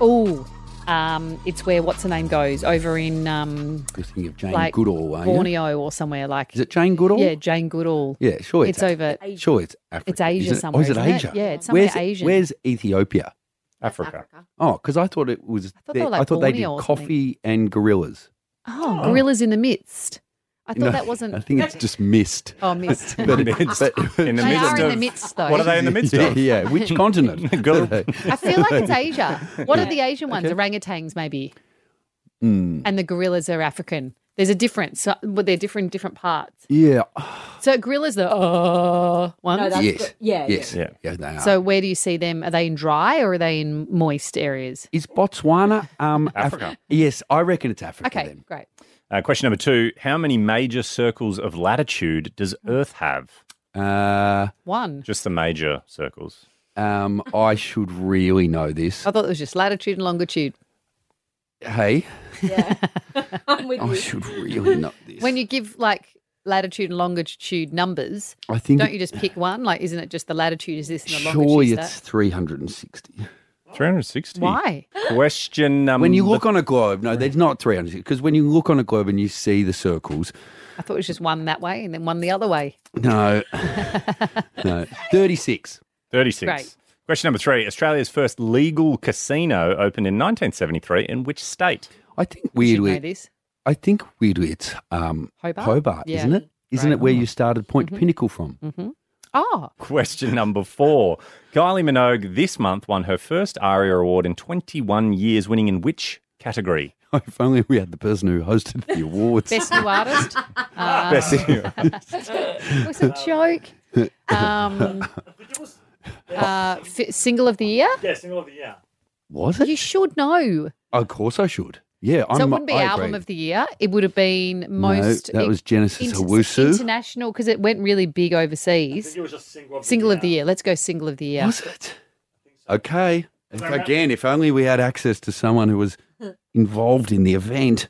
H: Oh, um, it's where what's her name goes over in um,
I: You're thinking of Jane
H: like
I: Goodall, are you?
H: Borneo or somewhere like.
I: Is it Jane Goodall?
H: Yeah, Jane Goodall.
I: Yeah, sure. It's,
H: It's over-
I: Af- Sure, it's Africa.
H: It's Asia
I: isn't it?
H: somewhere,
I: Oh, is it
H: isn't it?
I: Asia?
H: Yeah, it's somewhere
I: where's,
H: Asian.
I: Where's Ethiopia?
G: Africa.
I: Oh, because I thought it was. I thought
H: thought they
I: they,
H: were like
I: I thought they did
H: Borneo or something.
I: coffee and gorillas.
H: Oh, gorillas in the midst. I thought
I: No,
H: that wasn't.
I: I think it's just missed.
H: Oh, missed.
I: but,
H: In the midst.
I: in
H: They are in the midst, though.
G: What are they in the midst
I: yeah,
G: of?
I: yeah, which continent?
H: I feel like it's Asia. What are the Asian ones?
I: Okay.
H: Orangutans, maybe,
I: Mm,
H: and the gorillas are African. There's a difference. So, well, they're different different parts.
I: yeah.
H: So gorillas, the uh, ones.
I: yes. Yes. Yeah. they are.
H: So where do you see them? Are they in dry or are they in moist areas?
I: is Botswana um,
G: Africa.
I: Af- yes, I reckon it's Africa.
H: Okay, great.
G: Uh, question number two How many major circles of latitude does Earth have?
I: Uh,
H: One.
G: Just the major circles.
I: Um, I should really know this.
H: I thought it was just latitude and longitude.
I: Hey,
H: I'm with
I: Oh, I should really know.
H: When you give like latitude and longitude numbers,
I: I think
H: don't
I: it-
H: you just pick one? Like, isn't it just the latitude is this and the
I: Surely
H: longitude is
I: it's
H: that?
I: 360.
G: 360?
H: Why?
G: Question number.
I: When you look on a globe, no, there's not 300. Because when you look on a globe and you see the circles,
H: I thought it was just one that way and then one the other way.
I: no, no, 36.
G: 36.
H: Great.
G: Question number three Australia's first legal casino opened in 1973 in which state?
I: I think
H: You know
I: weirdly,
H: this.
I: I think weirdly it's um,
H: Hobart? Yeah.
I: isn't it? Isn't
H: Right.
I: it where you started Point Pinnacle from?
H: Mm-hmm. Oh,
G: Question number four Kylie Minogue this month won her first ARIA award in 21 years, winning in which category?
I: If only we had the person who hosted the awards.
H: best new artist. Uh,
I: Best new
H: it was a joke. Um, uh, fi- single of the year?
K: Yeah, single of the year.
I: Was it?
H: You should know.
I: Of course I should. Yeah, I'm,
H: so it wouldn't be
I: I
H: album
I: agree.
H: of the year. It would have been most.
I: No, that was Genesis
H: inter-
I: Owusu.
H: International, because it went really big overseas.
K: it was just single of
H: the year. Let's go single of the year.
I: Was it? Okay. If- again, if only we had access to someone who was involved in the event.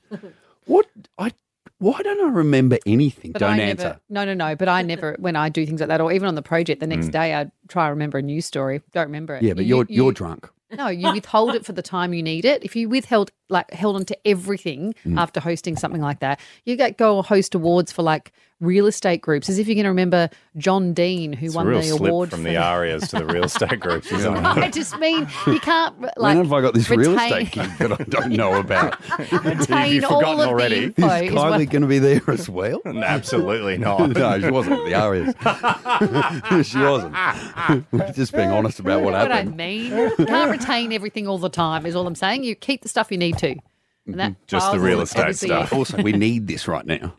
I: What I why don't I remember anything?
H: But
I: don't
H: I
I: answer.
H: Never, no, no, no. But I never, when I do things like that, or even on the project the next
I: Mm.
H: day, I try to remember a news story. Don't remember it.
I: Yeah, but
H: You-
I: you're
H: you-
I: you, are drunk.
H: No, you withhold it for the time you need it. If you withheld like held on to everything
I: Mm.
H: after hosting something like that, you get go host awards for like real estate groups as if you're going to remember John Dean who
G: It's a
H: won
G: real
H: the
G: slip
H: award
G: from
H: for
G: the Arias to the real estate groups, isn't it?
H: I just mean you can't like
I: When have I got this real
H: retain-
I: estate gig that I don't know about?
H: Retain You've all forgotten of the already. info
I: Is
H: is
I: Kylie
H: what-
I: going to be there as well?
G: absolutely not.
I: no, she wasn't at the Arias. she wasn't. We're just being honest about what
H: what I
I: happened.
H: mean. You can't retain everything all the time is all I'm saying. You keep the stuff you need to. And that
I: Just
H: was
I: the real estate
H: obviously
I: stuff.
H: it.
I: also, we need this right now.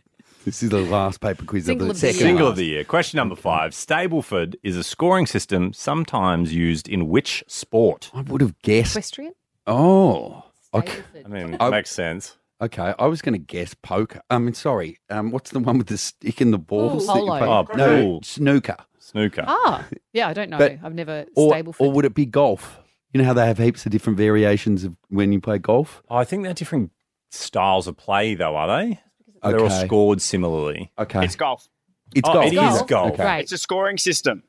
I: This is the last paper quiz
H: Single
I: of
H: of
I: the
H: the year.
I: second.
G: Single of
I: last.
G: the year. Question number five. Stableford is a scoring system sometimes used in which sport?
I: I would have guessed.
H: Equestrian?
I: Oh, okay.
G: I mean,
I: I-
G: makes sense.
I: Okay, I was going to guess poker. I mean, sorry. Um, what's the one with the stick and the balls?
H: Ooh,
I: that you
H: polo.
I: play?
G: Oh,
I: no,
G: pool.
I: snooker.
G: Snooker.
H: Ah, yeah, I don't know.
I: But-
H: I've never
I: Or,
H: stable
I: or would it be golf? You know how they have heaps of different variations of when you play golf.
G: Oh, I think they're different styles of play, though, are they? They're all
I: Okay.
G: scored similarly.
I: Okay.
L: It's golf.
I: It's
G: Oh,
I: golf.
G: it
I: is
G: is
I: it?
G: golf.
I: Okay.
L: It's a scoring system.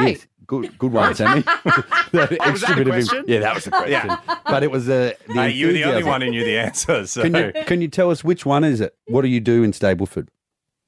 I: Yes, good, good one, Sammy. that
L: Oh, was that a question?
I: yeah, that was the question.
L: Yeah.
I: But it was a. The
G: Hey, you're Uh, the only
I: enthusiasm.
G: one who knew the answer. So.
I: Can you can you tell us which one is it? What do you do in Stableford?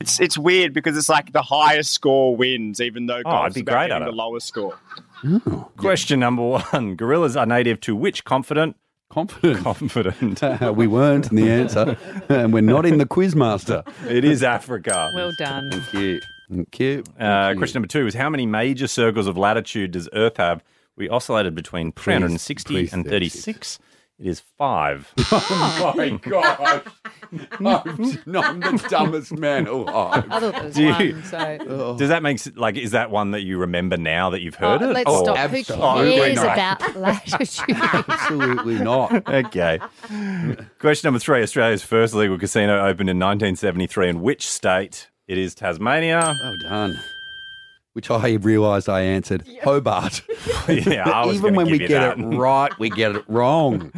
L: It's it's weird because it's like the highest score wins, even though
G: Oh, I'd
L: golf's
G: be
L: about
G: great
L: getting
G: at
L: the
G: it.
L: lowest score.
I: Oh,
G: Question number one. Gorillas are native to which confident?
I: Confident.
G: Confident.
I: we weren't in the answer, and we're not in the quizmaster.
G: it is Africa.
H: Well done.
I: Thank you. Thank you.
G: Uh, question number two is how many major circles of latitude does Earth have? We oscillated between 360
I: please
G: and 36. It is five.
I: Oh my gosh. I'm, no, I'm the dumbest man alive.
H: I thought there was
G: Do you-
H: one, so
G: Does that make s- like is that one that you remember now that you've heard
H: Oh,
G: it?
H: let's
G: or-
H: stop. Who cares about latitude?
I: Absolutely not.
G: okay. Question number three: Australia's first legal casino opened in 1973 in which state? It is Tasmania.
I: Well done. Which I realised I answered Hobart.
G: Yeah, I was
I: Even
G: gonna
I: when
G: give
I: we
G: you
I: get
G: that.
I: it right, we get it wrong.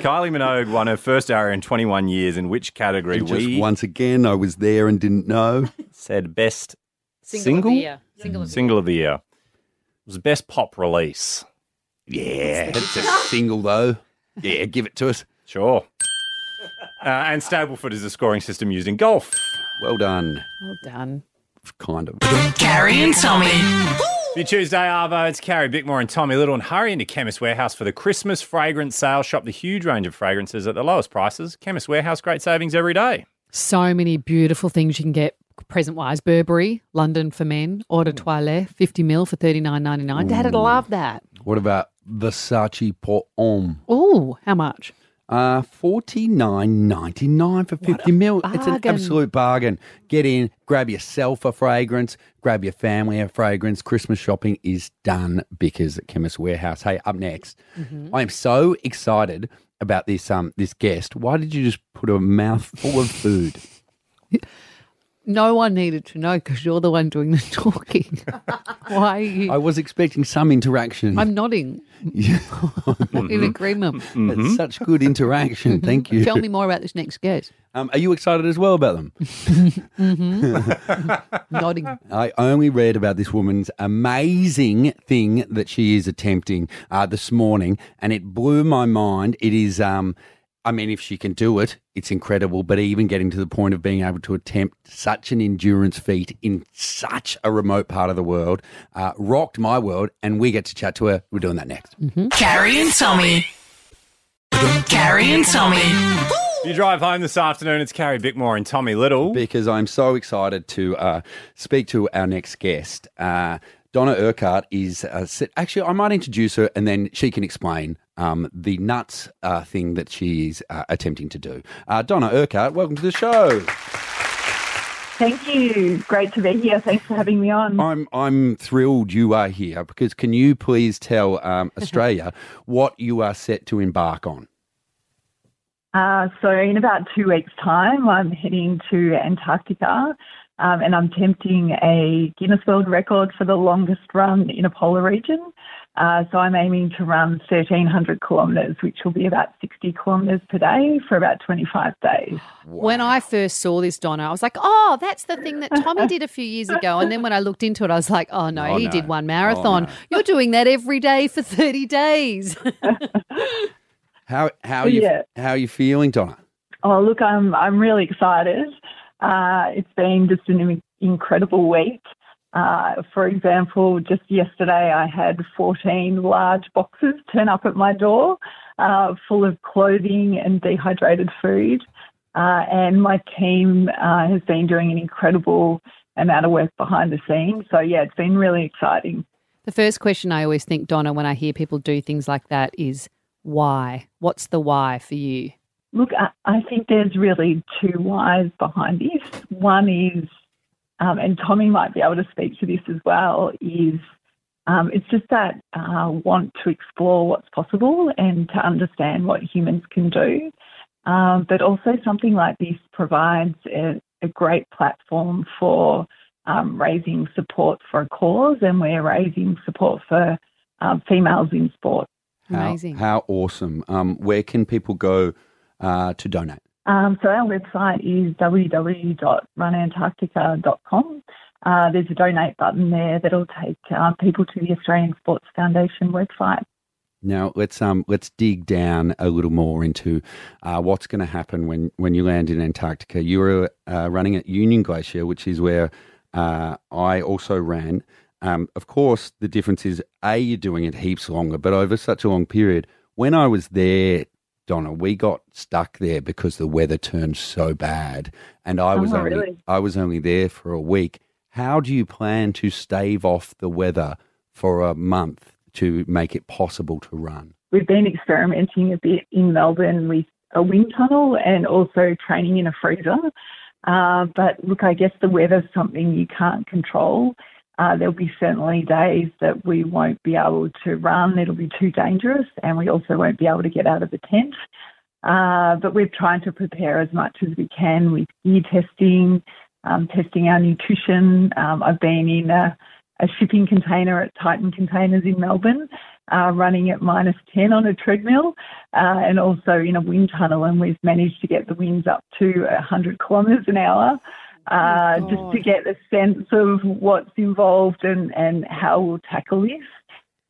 G: Kylie Minogue won her first hour in 21 years. In which category?
I: And just
G: We
I: once again, I was there and didn't know.
G: said best
H: Single,
G: single.
H: Of the year. Single of the
G: Single of the year. It was best pop release.
I: Yeah, it's a single though. Yeah, give it to us.
G: Sure. Uh, and Stableford is a scoring system used in golf.
I: Well done.
H: Well done.
I: Kind of.
F: Carrie and Tommy.
G: Your Tuesday Arvo, it's Carrie Bickmore and Tommy Little, and hurry into Chemist Warehouse for the Christmas fragrance sale. Shop the huge range of fragrances at the lowest prices. Chemist Warehouse, great savings every day.
H: So many beautiful things you can get present wise. Burberry, London for men, Eau de Toilette, 50 mil for thirty nine ninety nine. Dad, I'd
I: Mm. Ooh.
H: love that.
I: What about Versace Pour Homme?
H: Ooh, how much?
I: Uh, forty nine ninety nine for fifty mil. It's an
H: bargain.
I: absolute bargain. Get in, grab yourself a fragrance, grab your family a fragrance. Christmas shopping is done because at Chemist Warehouse. Hey, up next,
H: Mm-hmm.
I: I am so excited about this um this guest. Why did you just put a mouthful of food?
H: No one needed to know because you're the one doing the talking. Why? Are you?
I: I was expecting some interaction.
H: I'm nodding
I: Mm-hmm.
H: in agreement.
I: That's such good interaction. Thank you.
H: Tell me more about this next guest.
I: Um, are you excited as well about them?
H: Mm-hmm. Nodding.
I: I only read about this woman's amazing thing that she is attempting uh, this morning, and it blew my mind. It is, um, I mean, if she can do it, it's incredible. But even getting to the point of being able to attempt such an endurance feat in such a remote part of the world uh, rocked my world, and we get to chat to her. We're doing that next.
H: Mm-hmm.
F: Carrie and Tommy. Carrie and Tommy.
G: You drive home this afternoon. It's Carrie Bickmore and Tommy Little.
I: Because I'm so excited to uh, speak to our next guest. Uh, Donna Urquhart is uh, sit- actually, I might introduce her and then she can explain um, the nuts uh, thing that she is uh, attempting to do. Uh, Donna Urquhart, welcome to the show.
A: Thank you. Great to be here. Thanks for having me on.
I: I'm, I'm thrilled you are here because can you please tell um, Australia what you are set to embark on?
A: Uh, so, in about two weeks' time, I'm heading to Antarctica um, and I'm attempting a Guinness World Record for the longest run in a polar region. Uh, so, I'm aiming to run 1,300 kilometres, which will be about 60 kilometres per day for about 25 days.
H: When I first saw this Donna, I was like, "Oh, that's the thing that Tommy did a few years ago." And then when I looked into it, I was like, "Oh no,
A: Oh,
H: he
A: no.
H: did
A: Oh,
H: one marathon.
A: no.
H: You're doing that every day for 30 days."
I: How, how, are, you,
A: Yeah.
I: how are you feeling, Donna?
A: Oh, look, I'm I'm really excited. Uh, it's been just an in- incredible week. Uh, for example, just yesterday I had 14 large boxes turn up at my door, uh, full of clothing and dehydrated food. Uh, and my team uh, has been doing an incredible amount of work behind the scenes. So yeah, it's been really exciting.
H: the first question I always think Donna when I hear people do things like that is, "Why? What's the why for you?"
A: Look, I, I think there's really two whys behind this. One is, um, and Tommy might be able to speak to this as well, is um, it's just that uh, want to explore what's possible and to understand what humans can do. Um, but also, something like this provides a, a great platform for um, raising support for a cause, and we're raising support for um, females in sport.
I: How,
A: Amazing.
I: How awesome. Um, where can people go uh, to donate?
A: Um, so our website is www.runantarctica.com. Uh, there's a donate button there that'll take uh, people to the Australian Sports Foundation website.
I: Now let's um let's dig down a little more into uh, what's going to happen when when you land in Antarctica. You were uh, running at Union Glacier, which is where uh, I also ran. Um, of course, the difference is a you're doing it heaps longer, but over such a long period. When I was there, Donna, we got stuck there because the weather turned so bad, and I was
A: Oh,
I: only
A: really?
I: I was only there for a week. How do you plan to stave off the weather for a month to make it possible to run?
A: We've been experimenting a bit in Melbourne with a wind tunnel and also training in a freezer. Uh, but look, I guess the weather's something you can't control. Uh, there'll be certainly days that we won't be able to run. It'll be too dangerous, and we also won't be able to get out of the tent. Uh, but we're trying to prepare as much as we can with gear testing, um, testing our nutrition. Um, I've been in a, a shipping container at Titan Containers in Melbourne, uh, running at minus 10 on a treadmill, uh, and also in a wind tunnel, and we've managed to get the winds up to 100 kilometres an hour.
H: Oh
A: Uh, just to get a sense of what's involved and, and how we'll tackle this.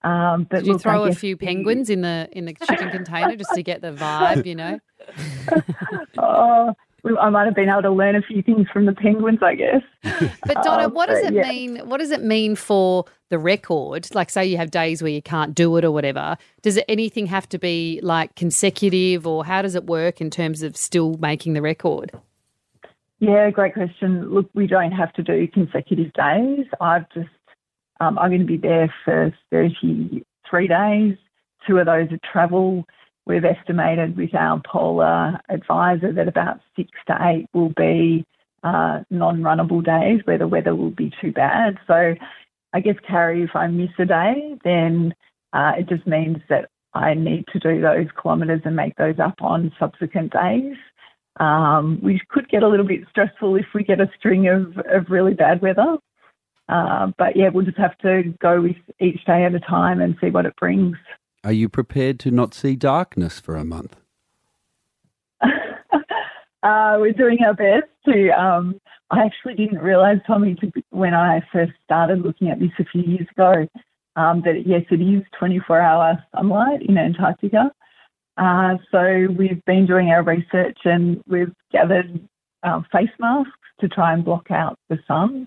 A: Um, but
H: Did you
A: look, I
H: throw a
A: guess
H: few
A: the-
H: penguins in the in the chicken container just to get the vibe, you know?
A: Oh, well, I might have been able to learn a few things from the penguins, I guess.
H: But Donna,
A: Um,
H: what does
A: but
H: it
A: yeah.
H: mean? What does it mean for the record? Like, say you have days where you can't do it or whatever. Does it, anything have to be like consecutive, or how does it work in terms of still making the record?
A: Yeah, great question. Look, we don't have to do consecutive days. I've just, um, I'm going to be there for 33 days. Two of those are travel. We've estimated with our polar advisor that about six to eight will be uh, non runnable days where the weather will be too bad. So I guess, Carrie, if I miss a day, then uh, it just means that I need to do those kilometres and make those up on subsequent days. um, which could get a little bit stressful if we get a string of, of really bad weather. Uh, but yeah, we'll just have to go with each day at a time and see what it brings.
I: Are you prepared to not see darkness for a month?
A: Uh, we're doing our best to. Um, I actually didn't realise, Tommy, to, when I first started looking at this a few years ago, um, that yes, it is 24 hour sunlight in Antarctica. Uh, so we've been doing our research and we've gathered um, face masks to try and block out the sun.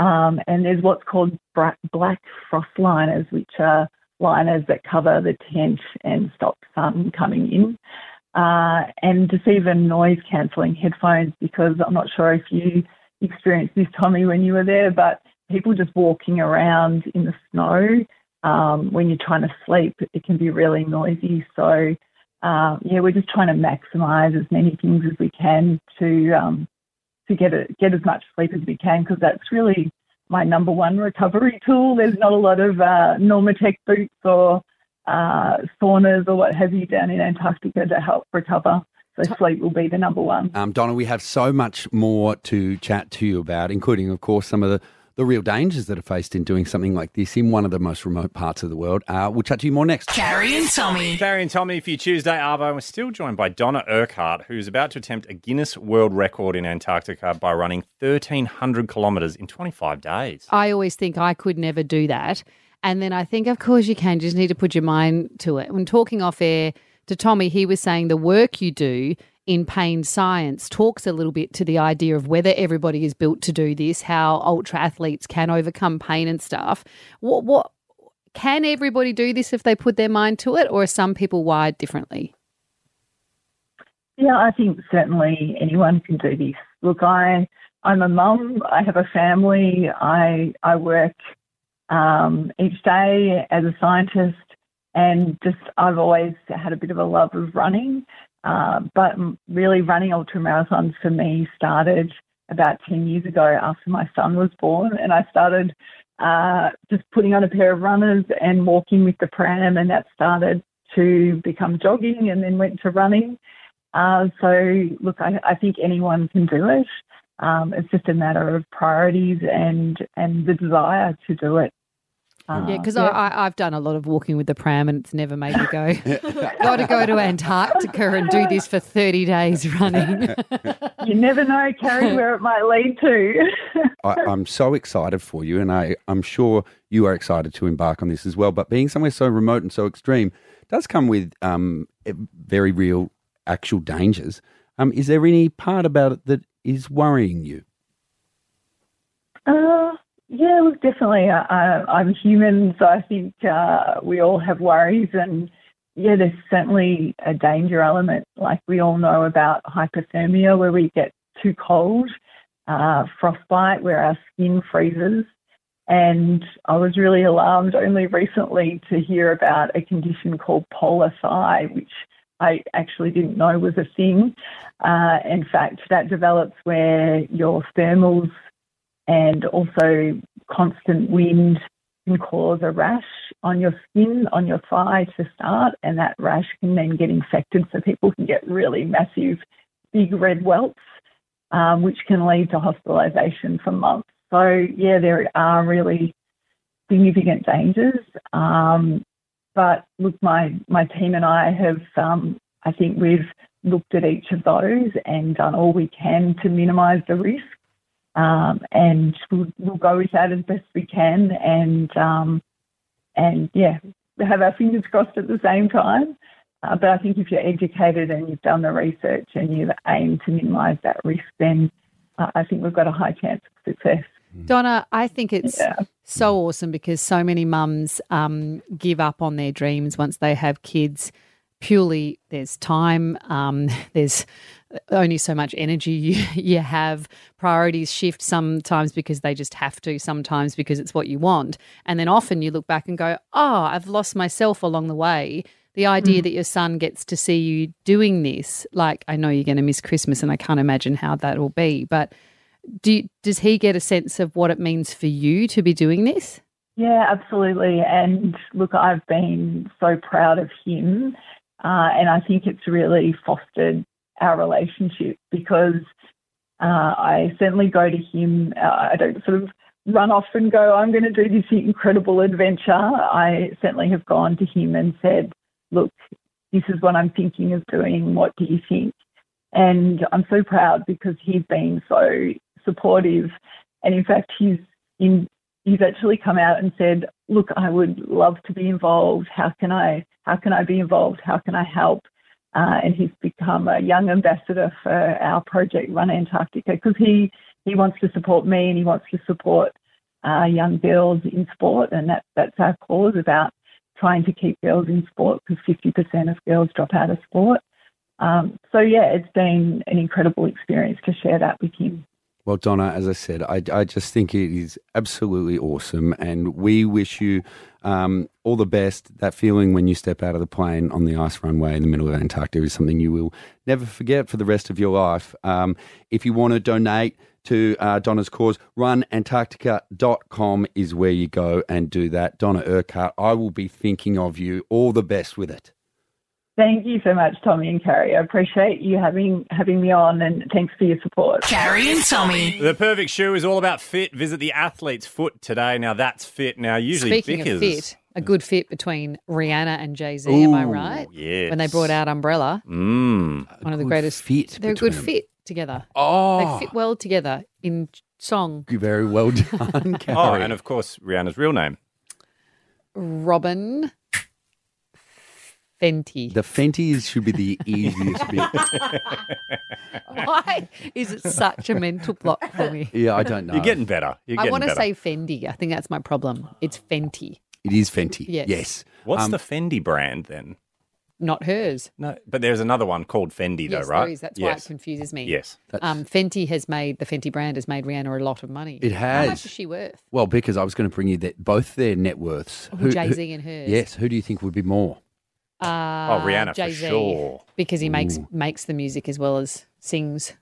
A: Um, and there's what's called bra- black frost liners, which are liners that cover the tent and stop sun coming in. Uh, and just even noise cancelling headphones because I'm not sure if you experienced this, Tommy, when you were there, but people just walking around in the snow um, when you're trying to sleep, it can be really noisy. So, uh, yeah, we're just trying to maximise as many things as we can to um, to get a, get as much sleep as we can because that's really my number one recovery tool. There's not a lot of uh, Normatec boots or uh, saunas or what have you down in Antarctica to help recover. So sleep will be the number one.
I: Um, Donna, we have so much more to chat to you about, including, of course, some of the, the real dangers that are faced in doing something like this in one of the most remote parts of the world. Uh, we'll chat to you more next.
G: Carrie and Tommy. Carrie and Tommy for your Tuesday Arvo. And we're still joined by Donna Urquhart, who's about to attempt a Guinness World Record in Antarctica by running 1,300 kilometres in 25 days.
H: I always think I could never do that. And then I think, of course, you can. Just need to put your mind to it. When talking off air to Tommy, he was saying the work you do in pain science talks a little bit to the idea of whether everybody is built to do this, how ultra athletes can overcome pain and stuff. What, what can everybody do this if they put their mind to it, or are some people wired differently?
A: Yeah, I think certainly anyone can do this. Look, I I'm a mum. I have a family. I I work um, each day as a scientist, and just I've always had a bit of a love of running. Uh, but m- really, running ultramarathons for me started about 10 years ago after my son was born, and I started uh, just putting on a pair of runners and walking with the pram, and that started to become jogging, and then went to running. Uh, so, look, I, I think anyone can do it. Um, it's just a matter of priorities and and the desire to do it. Uh,
H: yeah, because I, I've done a lot of walking with the pram and it's never made me go, got to go to Antarctica and do this for 30 days running.
A: you never know, Carrie, where it might lead to.
I: I, I'm so excited for you, and I, I'm sure you are excited to embark on this as well. But being somewhere so remote and so extreme does come with um, eh, very real, actual dangers. Um, is there any part about it that is worrying you?
A: Uh, yeah, look, definitely. I, I, I'm human, so I think uh, we all have worries, and yeah, there's certainly a danger element. Like we all know about hypothermia, where we get too cold, uh, frostbite, where our skin freezes. And I was really alarmed only recently to hear about a condition called polar thy, which I actually didn't know was a thing. Uh, in fact, that develops where your thermals and also constant wind can cause a rash on your skin, on your thigh to start, and that rash can then get infected. So people can get really massive, big red welts, um, which can lead to hospitalisation for months. So, yeah, there are really significant dangers. Um, but look, my, my team and I have, um, I think we've looked at each of those and done all we can to minimise the risk. Um, and we'll, we'll go with that as best we can and, um, and yeah, have our fingers crossed at the same time. Uh, but I think if you're educated and you've done the research and you aim to minimise that risk, then uh, I think we've got a high chance of success.
H: Donna, I think it's
A: Yeah.
H: so awesome because so many mums um, give up on their dreams once they have kids. Purely, there's time, um, there's only so much energy you, you have. Priorities shift sometimes because they just have to, sometimes because it's what you want. And then often you look back and go, oh, I've lost myself along the way. The idea
B: Mm.
H: that your son gets to see you doing this, like, I know you're going to miss Christmas and I can't imagine how that will be, but do you- does he get a sense of what it means for you to be doing this?
A: Yeah, absolutely. And look, I've been so proud of him, uh, and I think it's really fostered our relationship because uh, I certainly go to him. Uh, I don't sort of run off and go, I'm going to do this incredible adventure. I certainly have gone to him and said, Look, this is what I'm thinking of doing. What do you think? And I'm so proud because he's been so supportive. And in fact, he's in, he's actually come out and said, "Look, I would love to be involved. How can I? How can I be involved? How can I help?" Uh, and he's become a young ambassador for our project Run Antarctica because he he wants to support me and he wants to support uh, young girls in sport, and that that's our cause about trying to keep girls in sport because 50% of girls drop out of sport. Um, so yeah, it's been an incredible experience to share that with him.
I: Well, Donna, as I said, I, I just think it is absolutely awesome. And we wish you um, all the best. That feeling when you step out of the plane on the ice runway in the middle of Antarctica is something you will never forget for the rest of your life. Um, if you want to donate to uh, Donna's cause, runantarctica.com is where you go and do that. Donna Urquhart, I will be thinking of you. All the best with it.
A: Thank you so much, Tommy and Carrie. I appreciate you having having me on, and thanks for your support.
F: Carrie and Tommy.
G: The perfect shoe is all about fit. Visit the athlete's foot today. Now that's fit. Now usually
H: Speaking
G: Bickers.
H: of fit, a good fit between Rihanna and Jay Z. Am I
G: Ooh,
H: right?
G: yes.
H: When they brought out Umbrella,
G: Mm.
H: one of the greatest
I: fit.
H: They're a
I: between
H: good
I: them.
H: fit together.
I: Oh.
H: they fit well together in song.
I: Very well done, Carrie.
G: Oh, and of course Rihanna's real name.
H: Robin Fenty.
I: The Fenty should be the easiest bit.
H: Why is it such a mental block for me?
I: Yeah, I don't know.
G: You're getting better. You're
H: I
G: getting
H: want to
G: better.
H: say Fendi. I think that's my problem. It's Fenty,
I: it is Fenty.
H: Yes. yes.
G: What's
H: Um,
G: the Fendi brand then?
H: not hers.
G: No, but there's another one called Fendi
H: yes,
G: though, right?
H: there is. That's why it
G: yes.
H: confuses me.
G: Yes.
H: Um, Fenty has made the Fenty brand has made Rihanna a lot of money.
I: It
H: How much
I: has.
H: is she worth?
I: Well, because I was going to bring you that both their net worths.
H: Oh, Jay-Z and hers.
I: Yes. Who do you think would be more?
H: Uh,
I: Oh, Rihanna for
H: Jay-Z,
I: sure.
H: because he makes
I: Ooh.
H: makes the music as well as sings.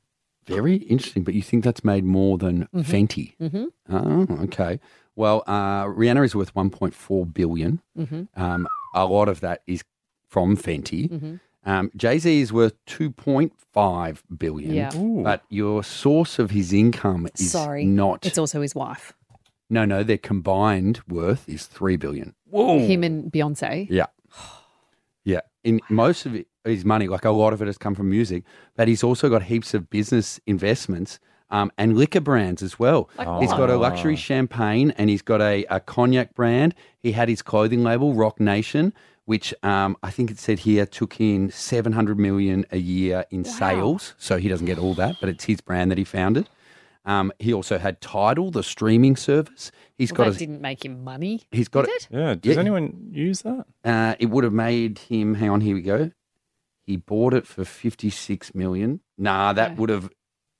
I: Very interesting. But you think that's made more than
H: Mhm.
I: Fenty?
H: Mhm.
I: Oh, okay. Well, uh, Rihanna is worth 1.4 billion.
H: Mhm.
I: Um, a lot of that is from Fenty.
H: Mhm.
I: Um, Jay Z is worth 2.5 billion.
H: Yeah. Ooh.
I: But your source of his income is
H: Sorry,
I: not.
H: It's also his wife,
I: No, no. Their combined worth is 3 billion.
H: him and Beyonce.
I: Yeah. Yeah. In most of it, his money, like a lot of it has come from music, but he's also got heaps of business investments um, and liquor brands as well.
M: Like
I: He's got a
M: what?
I: luxury champagne and he's got a, a cognac brand. He had his clothing label, Rock Nation, which um, I think it said here took in 700 million a year in sales. So he doesn't get all that, but it's his brand that he founded. Um, he also had Tidal, the streaming service. He's
H: Well,
I: got
H: that
I: a,
H: didn't make him money.
I: He's got
H: did
I: it.
G: Yeah.
I: does
G: anyone use that?
I: Uh, it would have made him. Hang on. Here we go. He bought it for fifty six million. Nah, that would have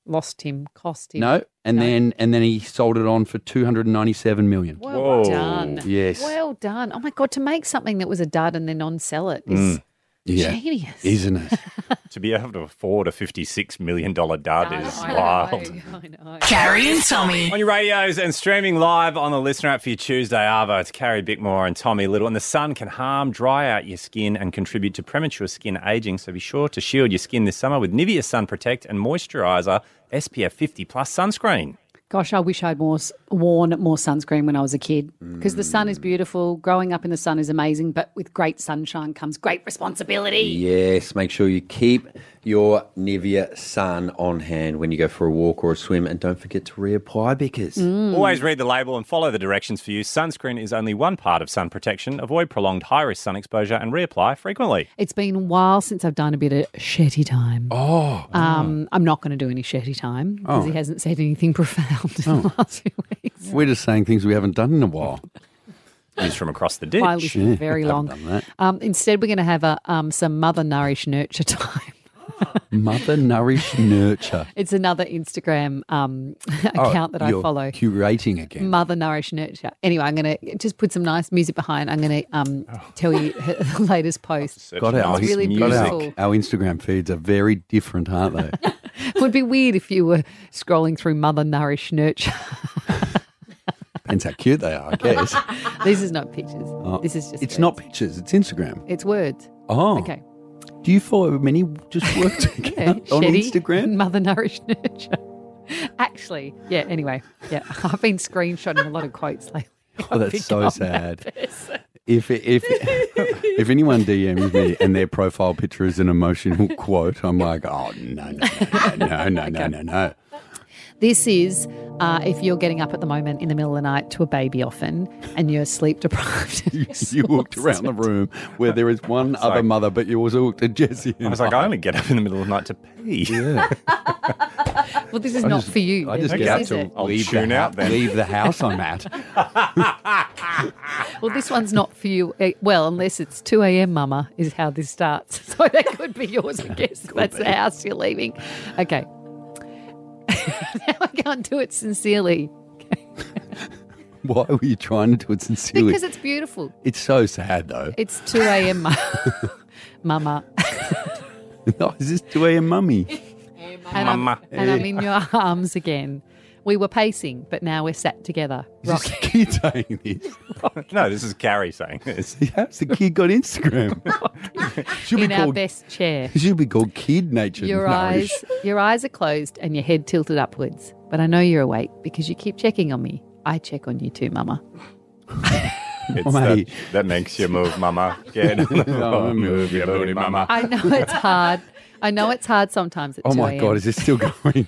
H: Lost him, cost him.
I: no. And then and then he sold it on for two hundred ninety seven million.
H: Well done.
I: Yes.
H: Well done. Oh my God, to make something that was a dud and then on sell it is
G: Mm. Yeah.
H: genius.
I: Isn't it?
G: to be able to afford a $56 million dud is wild.
F: Carrie and Tommy.
G: On your radios and streaming live on the listener app for your Tuesday Arvo, it's Carrie Bickmore and Tommy Little. And the sun can harm, dry out your skin, and contribute to premature skin aging. So be sure to shield your skin this summer with Nivea Sun Protect and Moisturizer SPF 50 plus sunscreen.
B: Gosh, I wish I'd more s- worn more sunscreen when I was a kid because the sun
I: Mm.
B: is beautiful. Growing up in the sun is amazing, but with great sunshine comes great responsibility.
E: Yes, make sure you keep your Nivea sun on hand when you go for a walk or a swim, and don't forget to reapply because.
H: Mm.
I: Mm.
G: Always read the label and follow the directions for you. Sunscreen is only one part of sun protection. Avoid prolonged high risk sun exposure and reapply frequently.
B: It's been a while since I've done a bit of shetty time.
I: Oh,
B: um, I'm not going to do any shetty time because
I: Oh.
B: he hasn't said anything profound. in the last few weeks.
I: We're just saying things we haven't done in a while.
G: News from across the
B: My list is very long.
I: Haven't done
B: Um, instead, we're going to have a um, some mother nourish nurture time.
I: that. Mother nourish nurture.
B: It's another Instagram um, account that I
I: Oh, you're
B: follow.
I: Curating again.
B: Mother Nourish Nurture. Anyway, I'm going to just put some nice music behind. I'm going to um, tell you her- the latest post.
I: Oh. Got our,
B: It's really
I: got our,
B: beautiful.
I: our Instagram feeds are very different, aren't they?
B: It would be weird if you were scrolling through Mother Nourish Nurture.
I: Depends how cute they are, I guess.
B: this is not pictures.
I: Oh,
B: this is just
I: It's not pictures. It's Instagram.
B: It's words.
I: Oh.
B: Okay.
I: Do you follow many just work together
H: Yeah,
I: on
H: Shetty,
I: Instagram?
H: Mother Nourish Nurture. Actually, yeah, anyway, yeah. I've been screenshotting a lot of quotes lately.
I: Oh,
H: I've
I: that's so
H: become
I: sad.
H: that person.
I: If if if anyone DMs me and their profile picture is an emotional quote, I'm like, oh no no no no no no no no.
H: This is uh, if you're getting up at the moment in the middle of the night to a baby often and you're sleep deprived.
I: You, you walked around the room where there is one other mother, but you also looked at Jesse. And I
G: was like, I only get up in the middle of the night to pee.
I: Yeah.
H: well, this is
I: I
H: not
I: just-
H: for you.
I: I just
H: then,
I: get
H: this
I: up
H: is
I: to
H: it.
I: leave the, hou- leave the house I'm at.
H: Well, this one's not for you. Eh, Well, unless it's 2 a.m., mama, is how this starts. So Oh, that could be yours, I guess. if That's the house you're leaving. Okay. now I can't do it sincerely
I: Why were you trying to do it sincerely?
H: because it's beautiful.
I: It's so sad though.
H: It's 2 a.m., ma- mama.
I: no, is this 2 a.m. mummy?
H: And, I'm,
I: Mama.
H: and I'm in your arms again. We were pacing, but now we're sat together. Rocky.
I: kid saying this.
G: no, this is Carrie saying this.
I: How's the kid got Instagram? Should
H: in
I: be
H: our
I: called
H: best chair.
I: It should be called Kid Nature.
H: Your eyes,
I: Nourish.
H: your eyes are closed and your head tilted upwards. But I know you're awake because you keep checking on me. I check on you too, Mama.
G: It's that, that makes you move, mama. Get on the floor, Oh, move your booty, mama.
H: I know it's hard. I know it's hard sometimes. At
I: Oh
H: 2
I: my
H: a.m.
I: God, is this still going?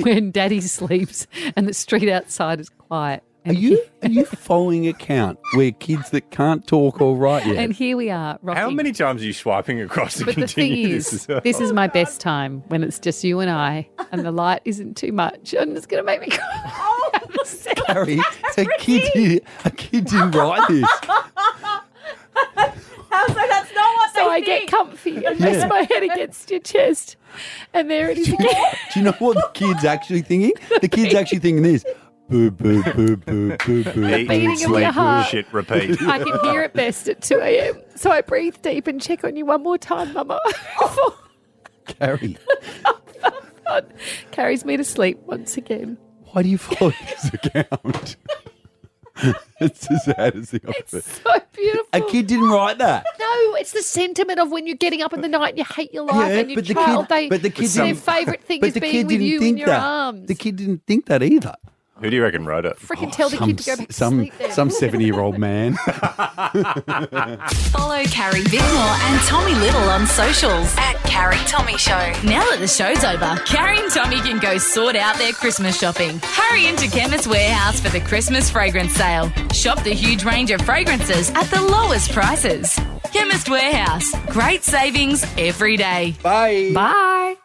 H: when Daddy sleeps and the street outside is quiet.
I: Are you are you following account where kids that can't talk or write yet?
H: And here we are, Rocky.
G: How many times are you swiping across to
H: But the thing
G: continue
H: is,
G: this?
H: this is my best time when it's just you and I, and the light isn't too much, and it's going to make me cry.
I: Harry, it's a kid. Did, a kid didn't write this.
C: so that's not what
H: So
C: they
H: I
C: think.
H: get comfy and
I: Yeah.
H: rest my head against your chest, and there it is again.
I: Do you know what the kid's actually thinking? The kid's actually thinking this. Boo boo boo boo boo boo.
H: The beating of your heart.
G: Shit, repeat.
H: I can hear it best at 2 a.m. So I breathe deep and check on you one more time, Mama.
I: Carrie,
H: Carries me to sleep once again.
I: why do you follow this account? it's as sad as the opposite.
H: So beautiful.
I: A kid didn't write that.
H: No, it's the sentiment of when you're getting up in the night and you hate your life
I: Yeah,
H: and your
I: but the
H: child.
I: kid-
H: they,
I: but the kid
H: their
I: didn't-
H: favourite thing
I: but
H: is
I: the
H: being
I: kid
H: with
I: didn't
H: you in
I: think
H: your
I: that.
H: arms.
I: The kid didn't think that either.
G: Who do you reckon wrote it?
I: Oh.
H: Freaking tell the
I: Some
H: kid to go back to
I: some
H: sleep then.
I: some seventy year old man.
N: Follow Carrie Bickmore and Tommy Little on socials at Carrie Tommy Show. Now that the show's over, Carrie and Tommy can go sort out their Christmas shopping. Hurry into Chemist Warehouse for the Christmas fragrance sale. Shop the huge range of fragrances at the lowest prices. Chemist Warehouse, great savings every day.
I: Bye.
N: Bye.